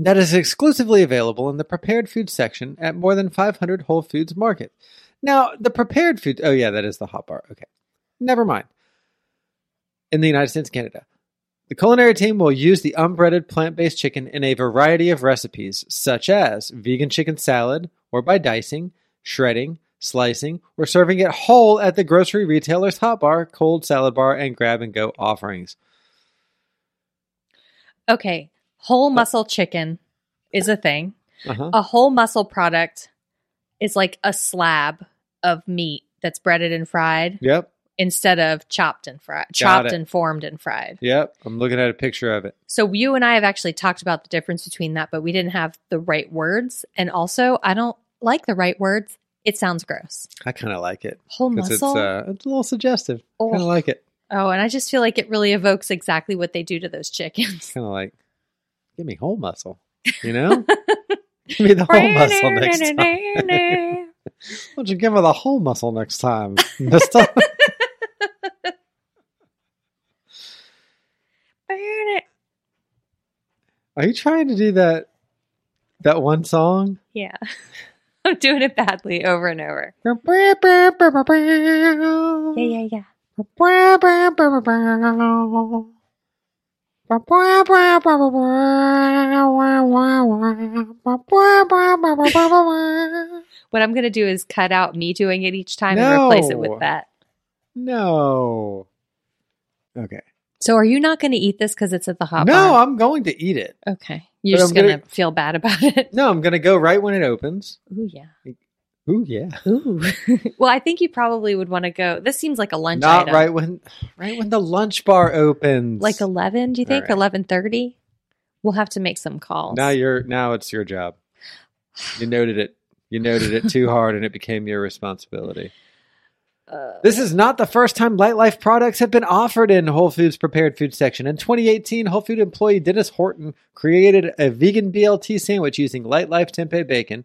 [SPEAKER 2] that is exclusively available in the prepared food section at more than 500 Whole Foods Market. Now, the prepared food. Oh, yeah, that is the hot bar. Okay. Never mind. In the United States, Canada. The culinary team will use the unbreaded plant based chicken in a variety of recipes, such as vegan chicken salad, or by dicing, shredding, slicing, or serving it whole at the grocery retailer's hot bar, cold salad bar, and grab and go offerings.
[SPEAKER 1] Okay. Whole muscle chicken is a thing.
[SPEAKER 2] Uh-huh.
[SPEAKER 1] A whole muscle product is like a slab of meat that's breaded and fried
[SPEAKER 2] Yep.
[SPEAKER 1] instead of chopped and fried,
[SPEAKER 2] Got
[SPEAKER 1] chopped
[SPEAKER 2] it.
[SPEAKER 1] and formed and fried.
[SPEAKER 2] Yep. I'm looking at a picture of it.
[SPEAKER 1] So you and I have actually talked about the difference between that, but we didn't have the right words. And also, I don't like the right words. It sounds gross.
[SPEAKER 2] I kind of like it.
[SPEAKER 1] Whole
[SPEAKER 2] because
[SPEAKER 1] muscle.
[SPEAKER 2] it's uh, it's a little suggestive.
[SPEAKER 1] Oh.
[SPEAKER 2] Kind of like it.
[SPEAKER 1] oh, and I just feel like it really evokes exactly what they do to those chickens.
[SPEAKER 2] Kind of like, give me whole muscle.
[SPEAKER 1] [LAUGHS]
[SPEAKER 2] You know, give me the whole muscle next time. Why don't you give me the whole muscle next time, [LAUGHS] Mister?
[SPEAKER 1] [LAUGHS]
[SPEAKER 2] Are you trying to do that? That one song.
[SPEAKER 1] yeah. I'm doing it badly over and over. Yeah,
[SPEAKER 2] [LAUGHS]
[SPEAKER 1] yeah, yeah. What I'm going to do is cut out me doing it each time and replace it
[SPEAKER 2] No.
[SPEAKER 1] with that.
[SPEAKER 2] No. Okay.
[SPEAKER 1] So are you not going to eat this because it's at the hot
[SPEAKER 2] no,
[SPEAKER 1] bar?
[SPEAKER 2] I'm going to eat it.
[SPEAKER 1] Okay. You're
[SPEAKER 2] But
[SPEAKER 1] just
[SPEAKER 2] I'm
[SPEAKER 1] going
[SPEAKER 2] gonna-
[SPEAKER 1] to feel bad about it.
[SPEAKER 2] No, I'm going to go right when it opens.
[SPEAKER 1] [LAUGHS] Ooh, yeah.
[SPEAKER 2] Ooh, yeah.
[SPEAKER 1] Ooh. [LAUGHS] well, I think you probably would want to go. This seems like a lunch
[SPEAKER 2] Not
[SPEAKER 1] item.
[SPEAKER 2] right when, right when the lunch bar opens.
[SPEAKER 1] Like 11, do you
[SPEAKER 2] All
[SPEAKER 1] think?
[SPEAKER 2] right.
[SPEAKER 1] 11.30? We'll have to make some calls.
[SPEAKER 2] Now you're now it's your job. You noted it. You noted it too hard, and it became your responsibility. this is not the first time Lightlife products have been offered in Whole Foods prepared food section. In 2018, Whole Food employee Dennis Horton created a vegan BLT sandwich using Lightlife tempeh bacon.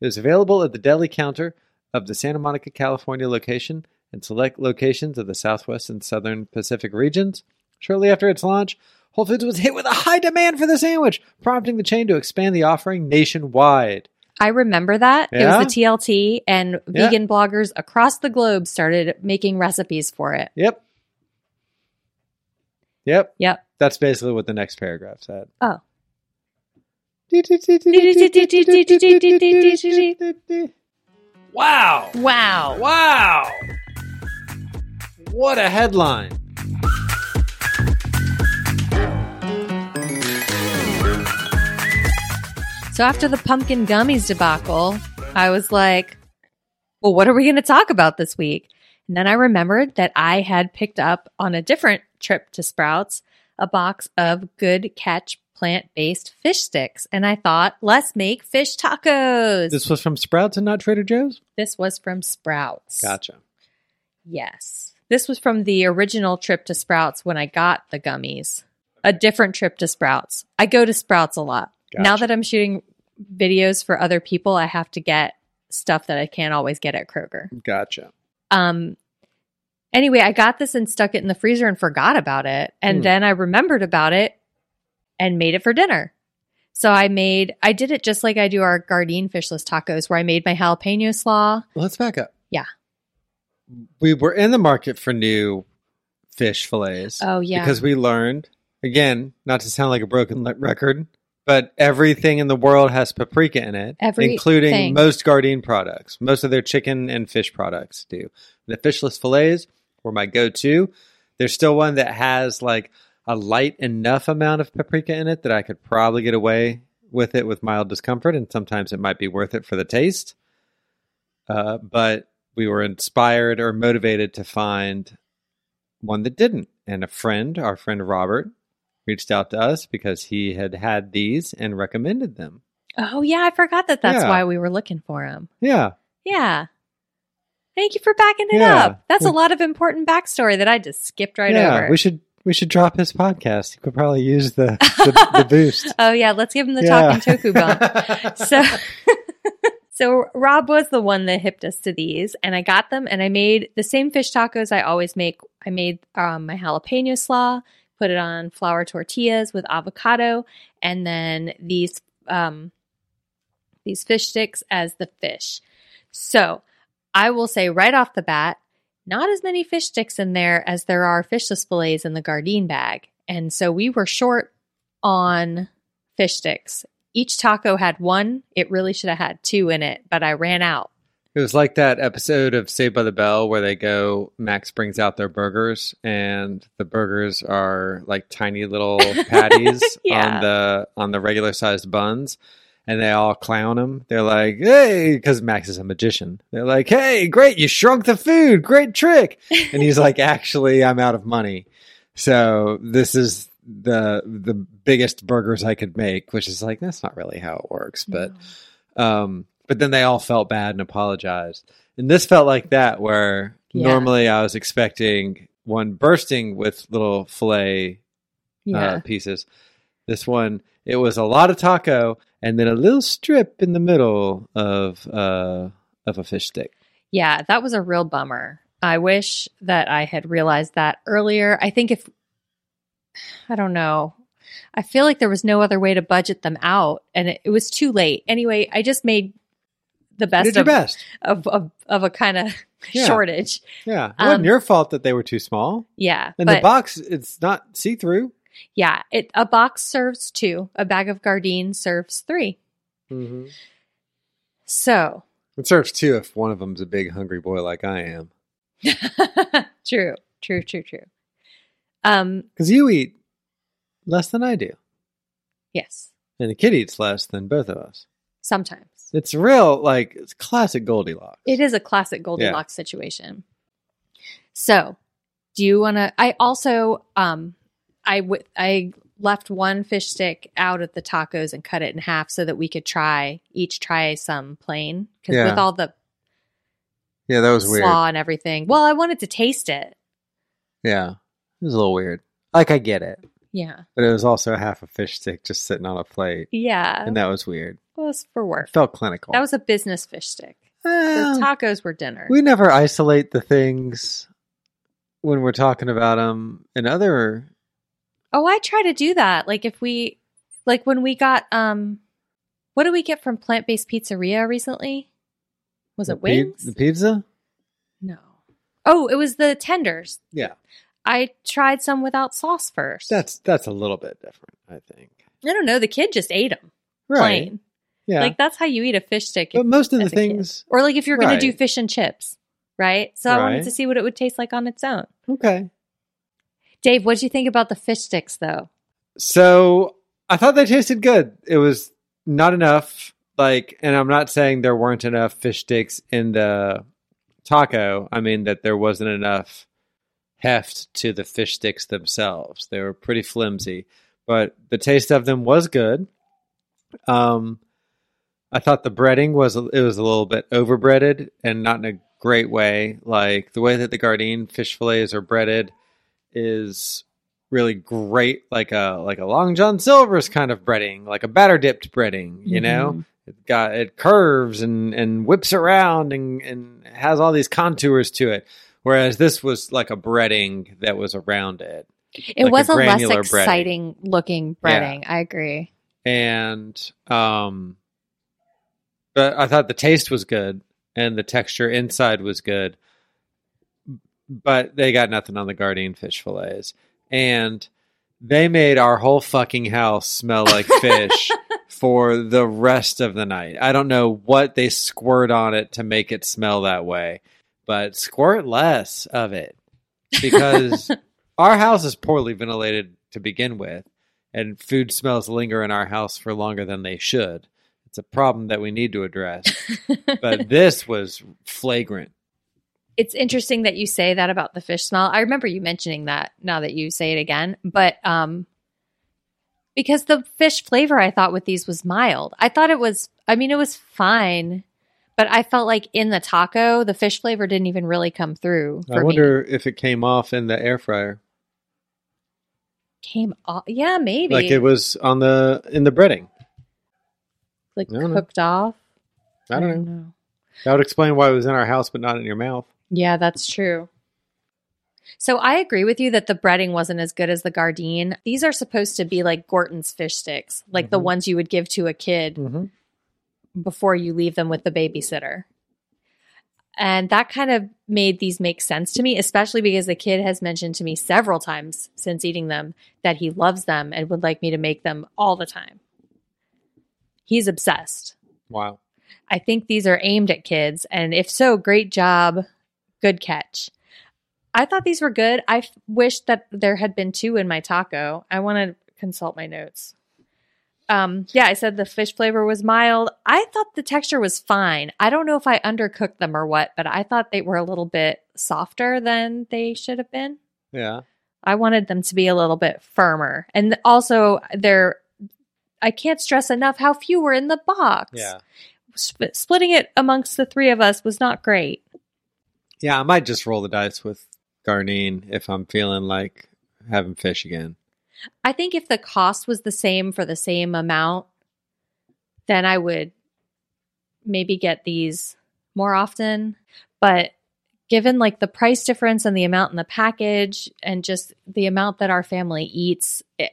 [SPEAKER 2] It was available at the deli counter of the Santa Monica, California location and select locations of the Southwest and Southern Pacific regions. Shortly after its launch, Whole Foods was hit with a high demand for the sandwich, prompting the chain to expand the offering nationwide.
[SPEAKER 1] I remember that. It
[SPEAKER 2] Yeah?
[SPEAKER 1] was the TLT, and
[SPEAKER 2] Yeah.
[SPEAKER 1] vegan bloggers across the globe started making recipes for it.
[SPEAKER 2] Yep. Yep.
[SPEAKER 1] Yep.
[SPEAKER 2] That's basically what the next paragraph said.
[SPEAKER 1] Oh.
[SPEAKER 2] Wow.
[SPEAKER 1] Wow.
[SPEAKER 2] Wow. What a headline.
[SPEAKER 1] So after the pumpkin gummies debacle, I was like, well, what are we going to talk about this week? And then I remembered that I had picked up on a different trip to Sprouts a box of good catch plant based fish sticks. And I thought, let's make fish tacos. This,
[SPEAKER 2] This was from Sprouts and not Trader Joe's?
[SPEAKER 1] was from Sprouts.
[SPEAKER 2] Gotcha.
[SPEAKER 1] Yes. This was from the original trip to Sprouts when I got the gummies. A different trip to Sprouts. I go to Sprouts a lot. Now
[SPEAKER 2] Gotcha.
[SPEAKER 1] that I'm shooting videos for other people, I have to get stuff that I can't always get at Kroger.
[SPEAKER 2] Gotcha.
[SPEAKER 1] Um anyway, I got this and stuck it in the freezer and forgot about it. And
[SPEAKER 2] Hmm.
[SPEAKER 1] then I remembered about it and made it for dinner. So I made I did it just like I do our Gardein fishless tacos where I made my jalapeno slaw.
[SPEAKER 2] Let's back up.
[SPEAKER 1] Yeah.
[SPEAKER 2] We were in the market for new fish fillets.
[SPEAKER 1] Oh, yeah.
[SPEAKER 2] Because we learned, again, not to sound like a broken le- record, but everything in the world has paprika in it, including
[SPEAKER 1] Everything.
[SPEAKER 2] most Gardein products. Most of their chicken and fish products do. The fishless fillets were my go to. There's still one that has like a light enough amount of paprika in it that I could probably get away with it with mild discomfort, and sometimes it might be worth it for the taste uh, but we were inspired or motivated to find one that didn't. And a friend, our friend Robert, reached out to us because he had had these and recommended them.
[SPEAKER 1] Oh, yeah. I forgot that that's
[SPEAKER 2] Yeah.
[SPEAKER 1] why we were looking for him.
[SPEAKER 2] Yeah.
[SPEAKER 1] Yeah. Thank you for backing it
[SPEAKER 2] Yeah.
[SPEAKER 1] up. That's a
[SPEAKER 2] We-
[SPEAKER 1] lot of important backstory that I just skipped right
[SPEAKER 2] yeah.
[SPEAKER 1] over.
[SPEAKER 2] We should we should drop his podcast. He could probably use [LAUGHS] the the, the boost.
[SPEAKER 1] oh, yeah. Let's give him the
[SPEAKER 2] Yeah.
[SPEAKER 1] talking toku bump. so so [LAUGHS] rob was the one that hipped us to these and i got them and i made the same fish tacos i always make i made um, my jalapeno slaw put it on flour tortillas with avocado and then these um, these fish sticks as the fish so i will say right off the bat not as many fish sticks in there as there are fishless fillets in the Gardein bag. And so we were short on fish sticks. Each taco had one. It really should have had two in it, but I ran out.
[SPEAKER 2] It was like that episode of Saved by the Bell where they go, Max brings out their burgers, and the burgers are like
[SPEAKER 1] [LAUGHS]
[SPEAKER 2] tiny little patties
[SPEAKER 1] Yeah.
[SPEAKER 2] on the on the regular sized buns, and they all clown him. They're like, "Hey," because Max is a magician. They're like, "Hey, great, you shrunk the food, great trick," and he's like, "Actually, I'm out of money, so this is." the the biggest burgers i could make which is like that's not really how it works but um, but then they all felt bad and apologized. And this felt like that, where
[SPEAKER 1] Yeah.
[SPEAKER 2] normally I was expecting one bursting with little filet
[SPEAKER 1] Yeah.
[SPEAKER 2] uh, pieces. This one, it was a lot of taco and then a little strip in the middle of uh, of a fish stick.
[SPEAKER 1] yeah, that was a real bummer. I wish that I had realized that earlier. I think if, I don't know, I feel like there was no other way to budget them out and it, it was too late. Anyway, I just made the
[SPEAKER 2] You
[SPEAKER 1] best,
[SPEAKER 2] did your
[SPEAKER 1] of,
[SPEAKER 2] best.
[SPEAKER 1] Of, of, of a kind of
[SPEAKER 2] Yeah.
[SPEAKER 1] shortage.
[SPEAKER 2] Yeah, it wasn't
[SPEAKER 1] Um,
[SPEAKER 2] your fault that they were too small.
[SPEAKER 1] Yeah.
[SPEAKER 2] And the
[SPEAKER 1] but
[SPEAKER 2] box, it's not see through.
[SPEAKER 1] yeah, it a box serves two, a bag of Gardein serves three. Mm-hmm. So
[SPEAKER 2] It serves two if one of them's a big hungry boy like I am.
[SPEAKER 1] [LAUGHS] true, true, true, true. Um,
[SPEAKER 2] Because you eat less than I do.
[SPEAKER 1] yes,
[SPEAKER 2] and the kid eats less than both of us.
[SPEAKER 1] sometimes
[SPEAKER 2] It's real, like it's classic Goldilocks.
[SPEAKER 1] it is a classic Goldilocks situation. So, do you want to? I also, um, I w- I left one fish stick out at the tacos and cut it in half so that we could try each try some plain because
[SPEAKER 2] Yeah.
[SPEAKER 1] with all the
[SPEAKER 2] Yeah, that was weird.
[SPEAKER 1] slaw and everything. Well, I wanted to taste it.
[SPEAKER 2] Yeah, it was a little weird. Like I get it,
[SPEAKER 1] Yeah,
[SPEAKER 2] but it was also half a fish stick just sitting on a plate,
[SPEAKER 1] yeah,
[SPEAKER 2] and that was weird.
[SPEAKER 1] was for work.
[SPEAKER 2] It felt clinical.
[SPEAKER 1] That was a business fish stick.
[SPEAKER 2] Eh,
[SPEAKER 1] The tacos were dinner.
[SPEAKER 2] we never isolate the things when we're talking about them in other.
[SPEAKER 1] Oh, I try to do that. Like if we like when we got um what did we get from plant based pizzeria recently? Was
[SPEAKER 2] the
[SPEAKER 1] it wings?
[SPEAKER 2] Pi- the pizza?
[SPEAKER 1] no. Oh, it was the tenders.
[SPEAKER 2] Yeah,
[SPEAKER 1] I tried some without sauce first.
[SPEAKER 2] that's that's a little bit different, I think.
[SPEAKER 1] I don't know. The kid just ate them
[SPEAKER 2] Right?
[SPEAKER 1] plain.
[SPEAKER 2] Yeah.
[SPEAKER 1] Like that's how you eat a fish stick.
[SPEAKER 2] but most of the
[SPEAKER 1] as a kid.
[SPEAKER 2] things,
[SPEAKER 1] or like if you're going
[SPEAKER 2] Right.
[SPEAKER 1] to do fish and chips, right? So I wanted
[SPEAKER 2] Right.
[SPEAKER 1] to see what it would taste like on its own.
[SPEAKER 2] okay.
[SPEAKER 1] Dave, what would you think about the fish sticks though?
[SPEAKER 2] So I thought they tasted good. It was not enough. Like, and I'm not saying there weren't enough fish sticks in the taco. I mean that there wasn't enough heft to the fish sticks themselves. They were pretty flimsy, but the taste of them was good. Um, I thought the breading was it was a little bit overbreaded and not in a great way. Like the way that the Gardein fish fillets are breaded is really great, like a like a Long John Silver's kind of breading, like a batter dipped breading. You know, it got it curves and and whips around and and has all these contours to it. Whereas this was like a breading that was around it.
[SPEAKER 1] It
[SPEAKER 2] Like a
[SPEAKER 1] was a, less
[SPEAKER 2] granular breading.
[SPEAKER 1] exciting looking
[SPEAKER 2] Yeah.
[SPEAKER 1] breading. I agree.
[SPEAKER 2] and um but i thought the taste was good and the texture inside was good but they got nothing on the guardian fish fillets and they made our whole fucking house smell like fish for the rest of the night i don't know what they squirt on it to make it smell that way but squirt less of it because our house is poorly ventilated to begin with and food smells linger in our house for longer than they should. It's a problem that we need to
[SPEAKER 1] [LAUGHS]
[SPEAKER 2] address. but this was flagrant.
[SPEAKER 1] It's interesting that you say that about the fish smell. I remember you mentioning that now that you say it again, but um because the fish flavor I thought with these was mild. I thought it was, I mean, it was fine, but I felt like in the taco, the fish flavor didn't even really come through. For
[SPEAKER 2] I
[SPEAKER 1] me.
[SPEAKER 2] wonder if it came off in the air fryer,
[SPEAKER 1] came off. Yeah, maybe
[SPEAKER 2] like it was on the in the breading.
[SPEAKER 1] like
[SPEAKER 2] I don't know.
[SPEAKER 1] cooked off.
[SPEAKER 2] I don't know. That would explain why it was in our house, but not in your mouth.
[SPEAKER 1] Yeah, that's true. So I agree with you that the breading wasn't as good as the Gardein. These are supposed to be like Gorton's fish sticks, like the
[SPEAKER 2] Mhm.
[SPEAKER 1] ones you would give to a kid
[SPEAKER 2] Mm-hmm.
[SPEAKER 1] before you leave them with the babysitter. And that kind of made these make sense to me, especially because the kid has mentioned to me several times since eating them that he loves them and would like me to make them all the time. He's obsessed.
[SPEAKER 2] Wow.
[SPEAKER 1] I think these are aimed at kids. And if so, great job. Good catch. I thought these were good. I f- wish that there had been two in my taco. I want to consult my notes. Um, yeah, I said the fish flavor was mild. I thought the texture was fine. I don't know if I undercooked them or what, but I thought they were a little bit softer than they should have been.
[SPEAKER 2] Yeah.
[SPEAKER 1] I wanted them to be a little bit firmer. And also, they're, I can't stress enough how few were in the box
[SPEAKER 2] Yeah.
[SPEAKER 1] sp- splitting it amongst the three of us was not great.
[SPEAKER 2] Yeah. I might just roll the dice with garnine if I'm feeling like having fish again.
[SPEAKER 1] I think if the cost was the same for the same amount, then I would maybe get these more often. But given like the price difference and the amount in the package and just the amount that our family eats, it,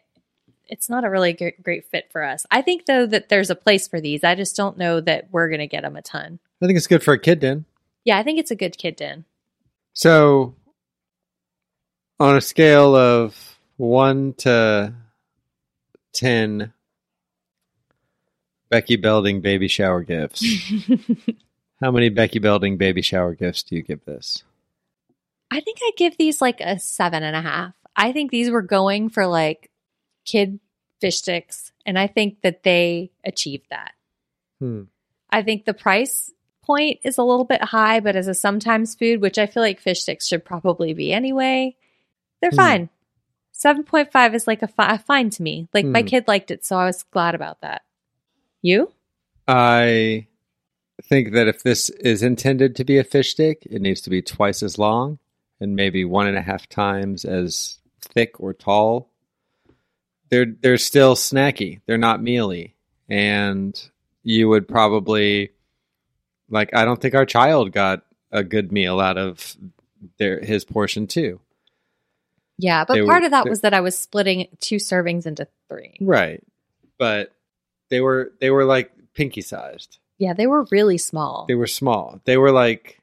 [SPEAKER 1] it's not a really great, great fit for us. I think though that there's a place for these. I just don't know that we're going to get them a ton.
[SPEAKER 2] I think it's good for a kid then.
[SPEAKER 1] Yeah, I think it's a good kid din.
[SPEAKER 2] So, on a scale of one to ten, Becky Belding baby shower gifts. How many Becky Belding baby shower gifts do you give this?
[SPEAKER 1] I think I give these like a seven and a half. I think these were going for like kid fish sticks, and I think that they achieved that.
[SPEAKER 2] Hmm.
[SPEAKER 1] I think the price point is a little bit high, but as a sometimes food, which I feel like fish sticks should probably be anyway, they're
[SPEAKER 2] Hmm.
[SPEAKER 1] fine. 7.5 is like a, fi- a fine to me. Like my
[SPEAKER 2] Hmm.
[SPEAKER 1] kid liked it, so I was glad about that. You?
[SPEAKER 2] I think that if this is intended to be a fish stick, it needs to be twice as long and maybe one and a half times as thick or tall. They're they're still snacky. They're not mealy, and you would probably like. I don't think our child got a good meal out of their his portion too.
[SPEAKER 1] Yeah, but
[SPEAKER 2] They were-
[SPEAKER 1] part of that
[SPEAKER 2] they-
[SPEAKER 1] was that I was splitting two servings into three.
[SPEAKER 2] Right, but they were they were like pinky sized.
[SPEAKER 1] Yeah, they were really small.
[SPEAKER 2] They were small. They were like,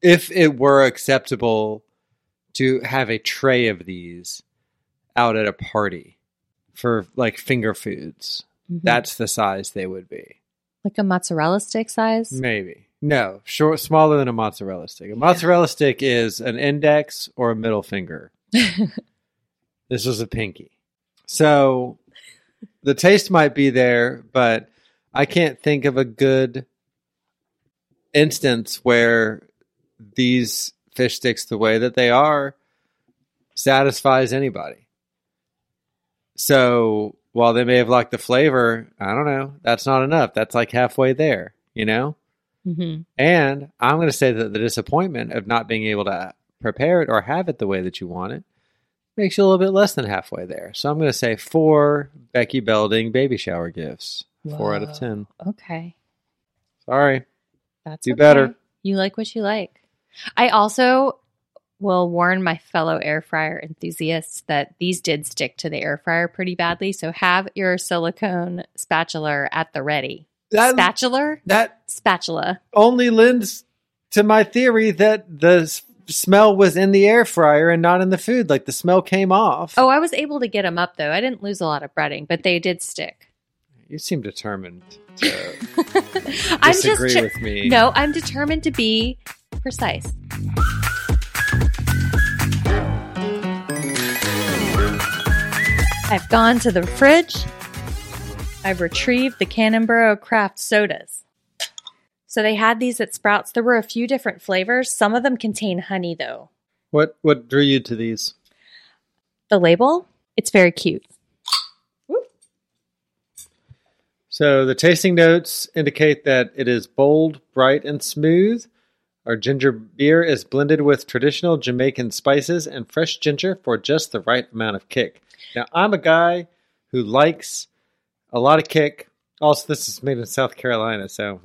[SPEAKER 2] if it were acceptable to have a tray of these out at a party for like finger foods,
[SPEAKER 1] Mhm.
[SPEAKER 2] that's the size they would be.
[SPEAKER 1] like a mozzarella stick size.
[SPEAKER 2] Maybe. No, short, smaller than a mozzarella stick. A mozzarella stick is an index or a middle finger. this was a pinky. So the taste might be there, but I can't think of a good instance where these fish sticks, the way that they are, satisfies anybody. So while they may have liked the flavor, I don't know. That's not enough. That's like halfway there, you know?
[SPEAKER 1] Mhm.
[SPEAKER 2] Mm-hmm. And I'm going to say that the disappointment of not being able to prepare it or have it the way that you want it makes you a little bit less than halfway there. So I'm going to say four Becky Belding baby shower gifts. Four out of
[SPEAKER 1] Wow.
[SPEAKER 2] 10.
[SPEAKER 1] Okay,
[SPEAKER 2] Sorry.
[SPEAKER 1] that's
[SPEAKER 2] Do
[SPEAKER 1] okay.
[SPEAKER 2] better.
[SPEAKER 1] You like what you like. I also will warn my fellow air fryer enthusiasts that these did stick to the air fryer pretty badly. So have your silicone spatula at the ready.
[SPEAKER 2] That,
[SPEAKER 1] Spatula,
[SPEAKER 2] that
[SPEAKER 1] spatula.
[SPEAKER 2] only lends to my theory that the s- smell was in the air fryer and not in the food. Like the smell came off.
[SPEAKER 1] Oh, I was able to get them up though. I didn't lose a lot of breading, but they did stick.
[SPEAKER 2] You seem determined to
[SPEAKER 1] I'm
[SPEAKER 2] disagree
[SPEAKER 1] just
[SPEAKER 2] with me.
[SPEAKER 1] no. I'm determined to be precise. I've gone to the fridge. I've retrieved the Cannonboro craft sodas. So they had these at Sprouts. There were a few different flavors. Some of them contain honey, though.
[SPEAKER 2] What, what drew you to these?
[SPEAKER 1] The label, it's very cute. [LAUGHS]
[SPEAKER 2] So the tasting notes indicate that it is bold, bright, and smooth. Our ginger beer is blended with traditional Jamaican spices and fresh ginger for just the right amount of kick. Now, I'm a guy who likes a lot of kick. Also, this is made in South Carolina, so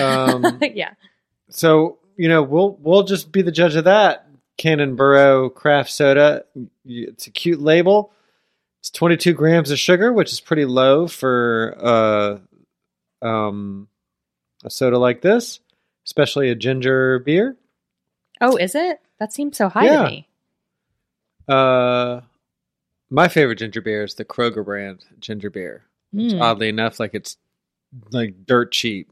[SPEAKER 1] [LAUGHS]
[SPEAKER 2] um,
[SPEAKER 1] yeah.
[SPEAKER 2] so you know we'll we'll just be the judge of that. Cannon Burrow craft soda. It's a cute label. It's 22 grams of sugar, which is pretty low for uh, um, a soda like this, especially a ginger beer.
[SPEAKER 1] Oh, is it? That seems so high
[SPEAKER 2] Yeah.
[SPEAKER 1] to me.
[SPEAKER 2] Uh, my favorite ginger beer is the Kroger brand ginger beer. It's
[SPEAKER 1] Mm,
[SPEAKER 2] Oddly enough, like it's like dirt cheap.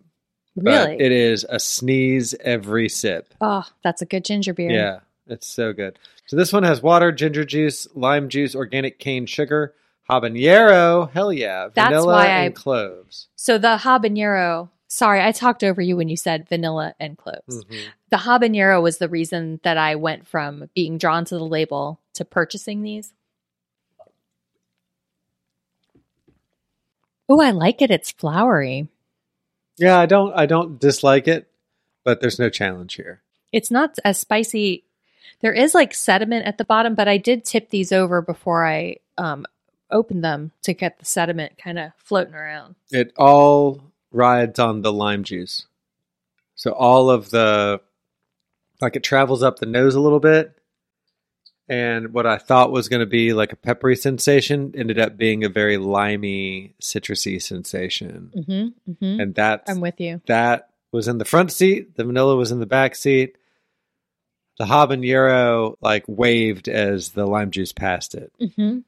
[SPEAKER 2] but
[SPEAKER 1] really?
[SPEAKER 2] It is a sneeze every sip.
[SPEAKER 1] oh, that's a good ginger beer.
[SPEAKER 2] Yeah, it's so good. So this one has water, ginger juice, lime juice, organic cane sugar, habanero, hell yeah,
[SPEAKER 1] That's
[SPEAKER 2] vanilla
[SPEAKER 1] why I-
[SPEAKER 2] and cloves.
[SPEAKER 1] So the habanero. Sorry, I talked over you when you said vanilla and cloves.
[SPEAKER 2] Mhm.
[SPEAKER 1] The habanero was the reason that I went from being drawn to the label to purchasing these. Oh, I like it. It's flowery.
[SPEAKER 2] Yeah, I don't I don't dislike it, but there's no challenge here.
[SPEAKER 1] It's not as spicy. There is like sediment at the bottom, but I did tip these over before I um, opened them to get the sediment kind of floating around.
[SPEAKER 2] It all rides on the lime juice. So all of the like it travels up the nose a little bit. And what I thought was going to be like a peppery sensation ended up being a very limey, citrusy sensation.
[SPEAKER 1] Mm-hmm, mm-hmm.
[SPEAKER 2] And that's
[SPEAKER 1] I'm with you.
[SPEAKER 2] that was in the front seat. The vanilla was in the back seat. The habanero like waved as the lime juice passed it.
[SPEAKER 1] Mm-hmm.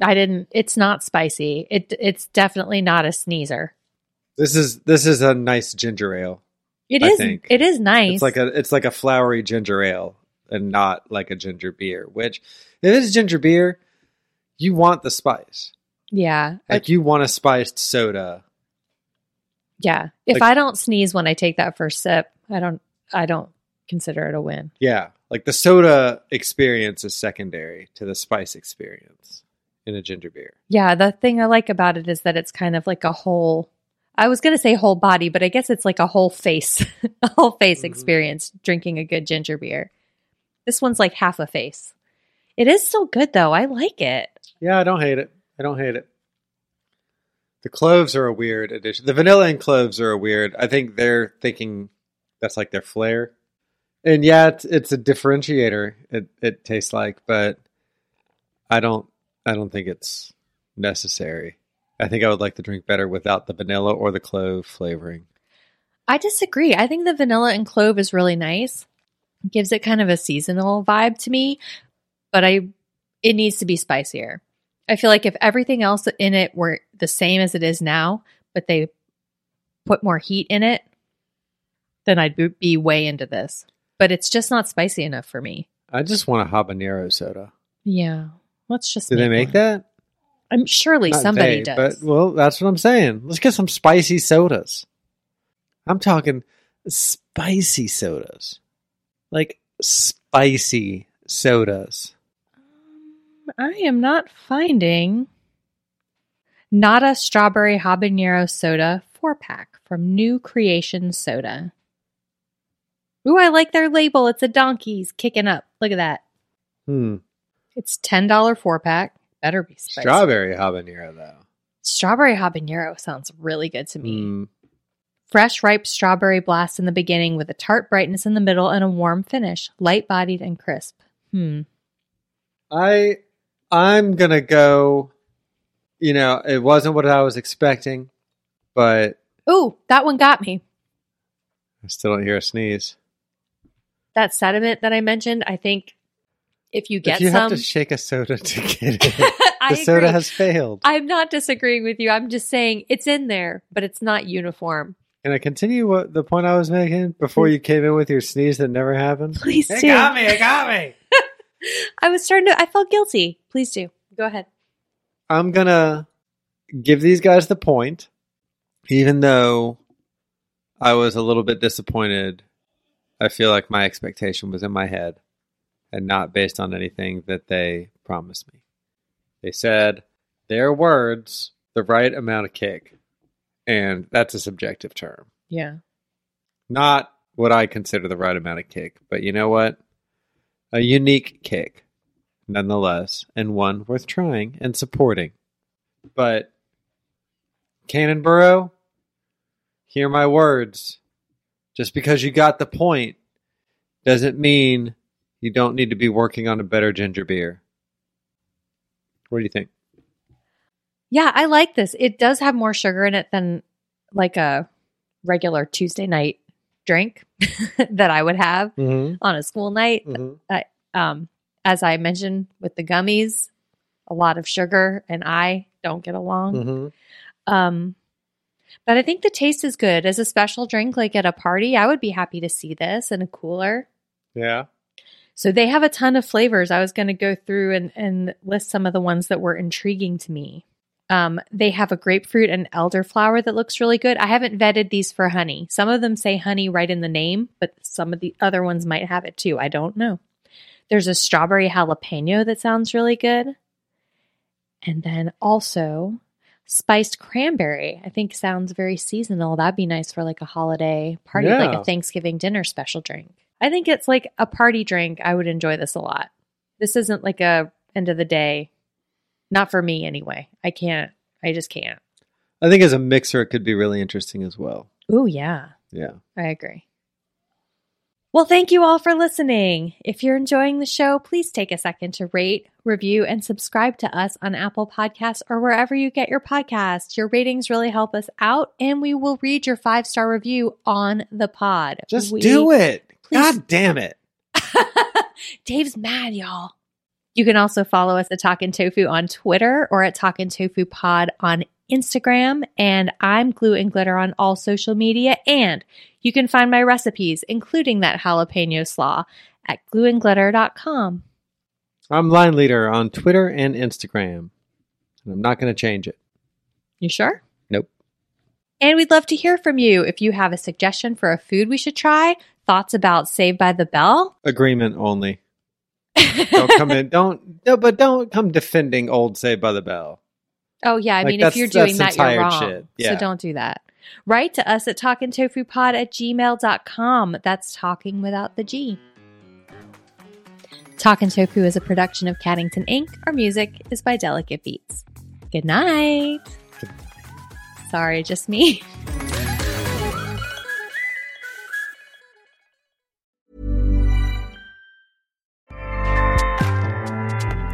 [SPEAKER 1] I didn't. It's not spicy. It it's definitely not a sneezer.
[SPEAKER 2] This is this is a nice ginger ale.
[SPEAKER 1] It
[SPEAKER 2] I
[SPEAKER 1] is.
[SPEAKER 2] think.
[SPEAKER 1] It is nice.
[SPEAKER 2] It's like a it's like a flowery ginger ale and not like a ginger beer. Which if it's ginger beer, you want the spice.
[SPEAKER 1] yeah.
[SPEAKER 2] Like you want a spiced soda.
[SPEAKER 1] Yeah. If
[SPEAKER 2] Like-
[SPEAKER 1] I don't sneeze when I take that first sip, I don't I don't consider it a win.
[SPEAKER 2] Yeah, like the soda experience is secondary to the spice experience in a ginger beer.
[SPEAKER 1] Yeah, the thing I like about it is that it's kind of like a whole I was going to say whole body, but I guess it's like a whole face, [LAUGHS] a whole face
[SPEAKER 2] Mhm.
[SPEAKER 1] experience drinking a good ginger beer. This one's like half a face. It is still good though. I like it.
[SPEAKER 2] Yeah, I don't hate it. I don't hate it. The cloves are a weird addition. The vanilla and cloves are a weird. I think they're thinking that's like their flair. And yeah, it's, it's a differentiator. It it tastes like, but I don't I don't think it's necessary. I think I would like to drink better without the vanilla or the clove flavoring.
[SPEAKER 1] I disagree. I think the vanilla and clove is really nice. It gives it kind of a seasonal vibe to me, but I it needs to be spicier. I feel like if everything else in it were the same as it is now, but they put more heat in it, then I'd be- be way into this. But it's just not spicy enough for me.
[SPEAKER 2] I just want a habanero soda.
[SPEAKER 1] Yeah. Let's just
[SPEAKER 2] Do they make
[SPEAKER 1] one.
[SPEAKER 2] that?
[SPEAKER 1] I'm surely
[SPEAKER 2] Not
[SPEAKER 1] somebody
[SPEAKER 2] they,
[SPEAKER 1] does.
[SPEAKER 2] But well, that's what I'm saying. Let's get some spicy sodas. I'm talking spicy sodas, like spicy sodas.
[SPEAKER 1] I am not finding Nada Strawberry Habanero Soda 4 pack from New Creation Soda. Ooh, I like their label. It's a donkey's kicking up. Look at that.
[SPEAKER 2] Hmm.
[SPEAKER 1] It's $10 4 pack. Better be spicy.
[SPEAKER 2] Strawberry habanero though.
[SPEAKER 1] Strawberry habanero sounds really good to me.
[SPEAKER 2] Mm.
[SPEAKER 1] Fresh, ripe strawberry blast in the beginning with a tart brightness in the middle and a warm finish. Light bodied and crisp. Hmm.
[SPEAKER 2] I I'm gonna go. You know, it wasn't what I was expecting, but
[SPEAKER 1] Ooh, that one got me.
[SPEAKER 2] I still don't hear a sneeze.
[SPEAKER 1] that sediment that I mentioned, I think if you get
[SPEAKER 2] if you
[SPEAKER 1] some, [LAUGHS]
[SPEAKER 2] have to shake a soda to get it, the
[SPEAKER 1] I
[SPEAKER 2] soda
[SPEAKER 1] agree.
[SPEAKER 2] has failed.
[SPEAKER 1] I'm not disagreeing with you. I'm just saying it's in there, but it's not uniform.
[SPEAKER 2] Can I continue what the point I was making before you came in with your sneeze that never happened?
[SPEAKER 1] Please do.
[SPEAKER 2] me. [LAUGHS] It got me.
[SPEAKER 1] I was starting to. I felt guilty. Please do. Go ahead.
[SPEAKER 2] I'm gonna give these guys the point, even though I was a little bit disappointed. I feel like my expectation was in my head and not based on anything that they promised me. They said their words, the right amount of kick. and that's a subjective term.
[SPEAKER 1] Yeah.
[SPEAKER 2] Not what I consider the right amount of kick, but you know what? A unique kick, nonetheless, and one worth trying and supporting. But Cannonborough, hear my words. Just because you got the point doesn't mean you don't need to be working on a better ginger beer. What do you think?
[SPEAKER 1] Yeah, I like this. It does have more sugar in it than like a regular Tuesday night drink [LAUGHS] that I would have
[SPEAKER 2] Mm-hmm.
[SPEAKER 1] on a school night. Um, as I mentioned with the gummies, a lot of sugar and I don't get along.
[SPEAKER 2] Mm-hmm.
[SPEAKER 1] Um, but I think the taste is good. As a special drink, like at a party, I would be happy to see this in a cooler.
[SPEAKER 2] Yeah.
[SPEAKER 1] So they have a ton of flavors. I was going to go through and, and list some of the ones that were intriguing to me. Um, they have a grapefruit and elderflower that looks really good. I haven't vetted these for honey. Some of them say honey right in the name, but some of the other ones might have it too. I don't know. There's a strawberry jalapeno that sounds really good. And then also spiced cranberry, I think sounds very seasonal. That'd be nice for like a holiday party, like
[SPEAKER 2] Yeah.
[SPEAKER 1] a Thanksgiving dinner special drink. I think it's like a party drink. I would enjoy this a lot. This isn't like a end of the day, not for me anyway. I can't, I just can't.
[SPEAKER 2] I think as a mixer, it could be really interesting as well.
[SPEAKER 1] Oh, yeah.
[SPEAKER 2] Yeah.
[SPEAKER 1] I agree. Well, thank you all for listening. If you're enjoying the show, please take a second to rate, review, and subscribe to us on Apple Podcasts or wherever you get your podcasts. Your ratings really help us out, and we will read your five star review on the pod.
[SPEAKER 2] Just do it.
[SPEAKER 1] Please.
[SPEAKER 2] God damn it.
[SPEAKER 1] [LAUGHS] Dave's mad, y'all. You can also follow us at Talkin' Tofu on Twitter or at Talkin' Tofu Pod on Instagram. And I'm Glue and Glitter on all social media. And you can find my recipes, including that jalapeno slaw, at glueandglitter.com.
[SPEAKER 2] I'm line leader on Twitter and Instagram, and I'm not going to change it.
[SPEAKER 1] You sure?
[SPEAKER 2] Nope.
[SPEAKER 1] And we'd love to hear from you if you have a suggestion for a food we should try, thoughts about Saved by the Bell.
[SPEAKER 2] Agreement [LAUGHS] only. Don't come in. Don't no, but don't come defending old Saved by the Bell.
[SPEAKER 1] Oh yeah, I
[SPEAKER 2] Like,
[SPEAKER 1] mean if
[SPEAKER 2] that's-
[SPEAKER 1] you're doing
[SPEAKER 2] that's
[SPEAKER 1] that,
[SPEAKER 2] some
[SPEAKER 1] you're
[SPEAKER 2] tired
[SPEAKER 1] wrong.
[SPEAKER 2] shit. Yeah.
[SPEAKER 1] So don't do that. Write to us at talkingtofupod at gmail.com. That's talking without the G. Talkin' Tofu is a production of Caddington Inc. Our music is by Delicate Beats. Good night. Sorry, just me. [LAUGHS]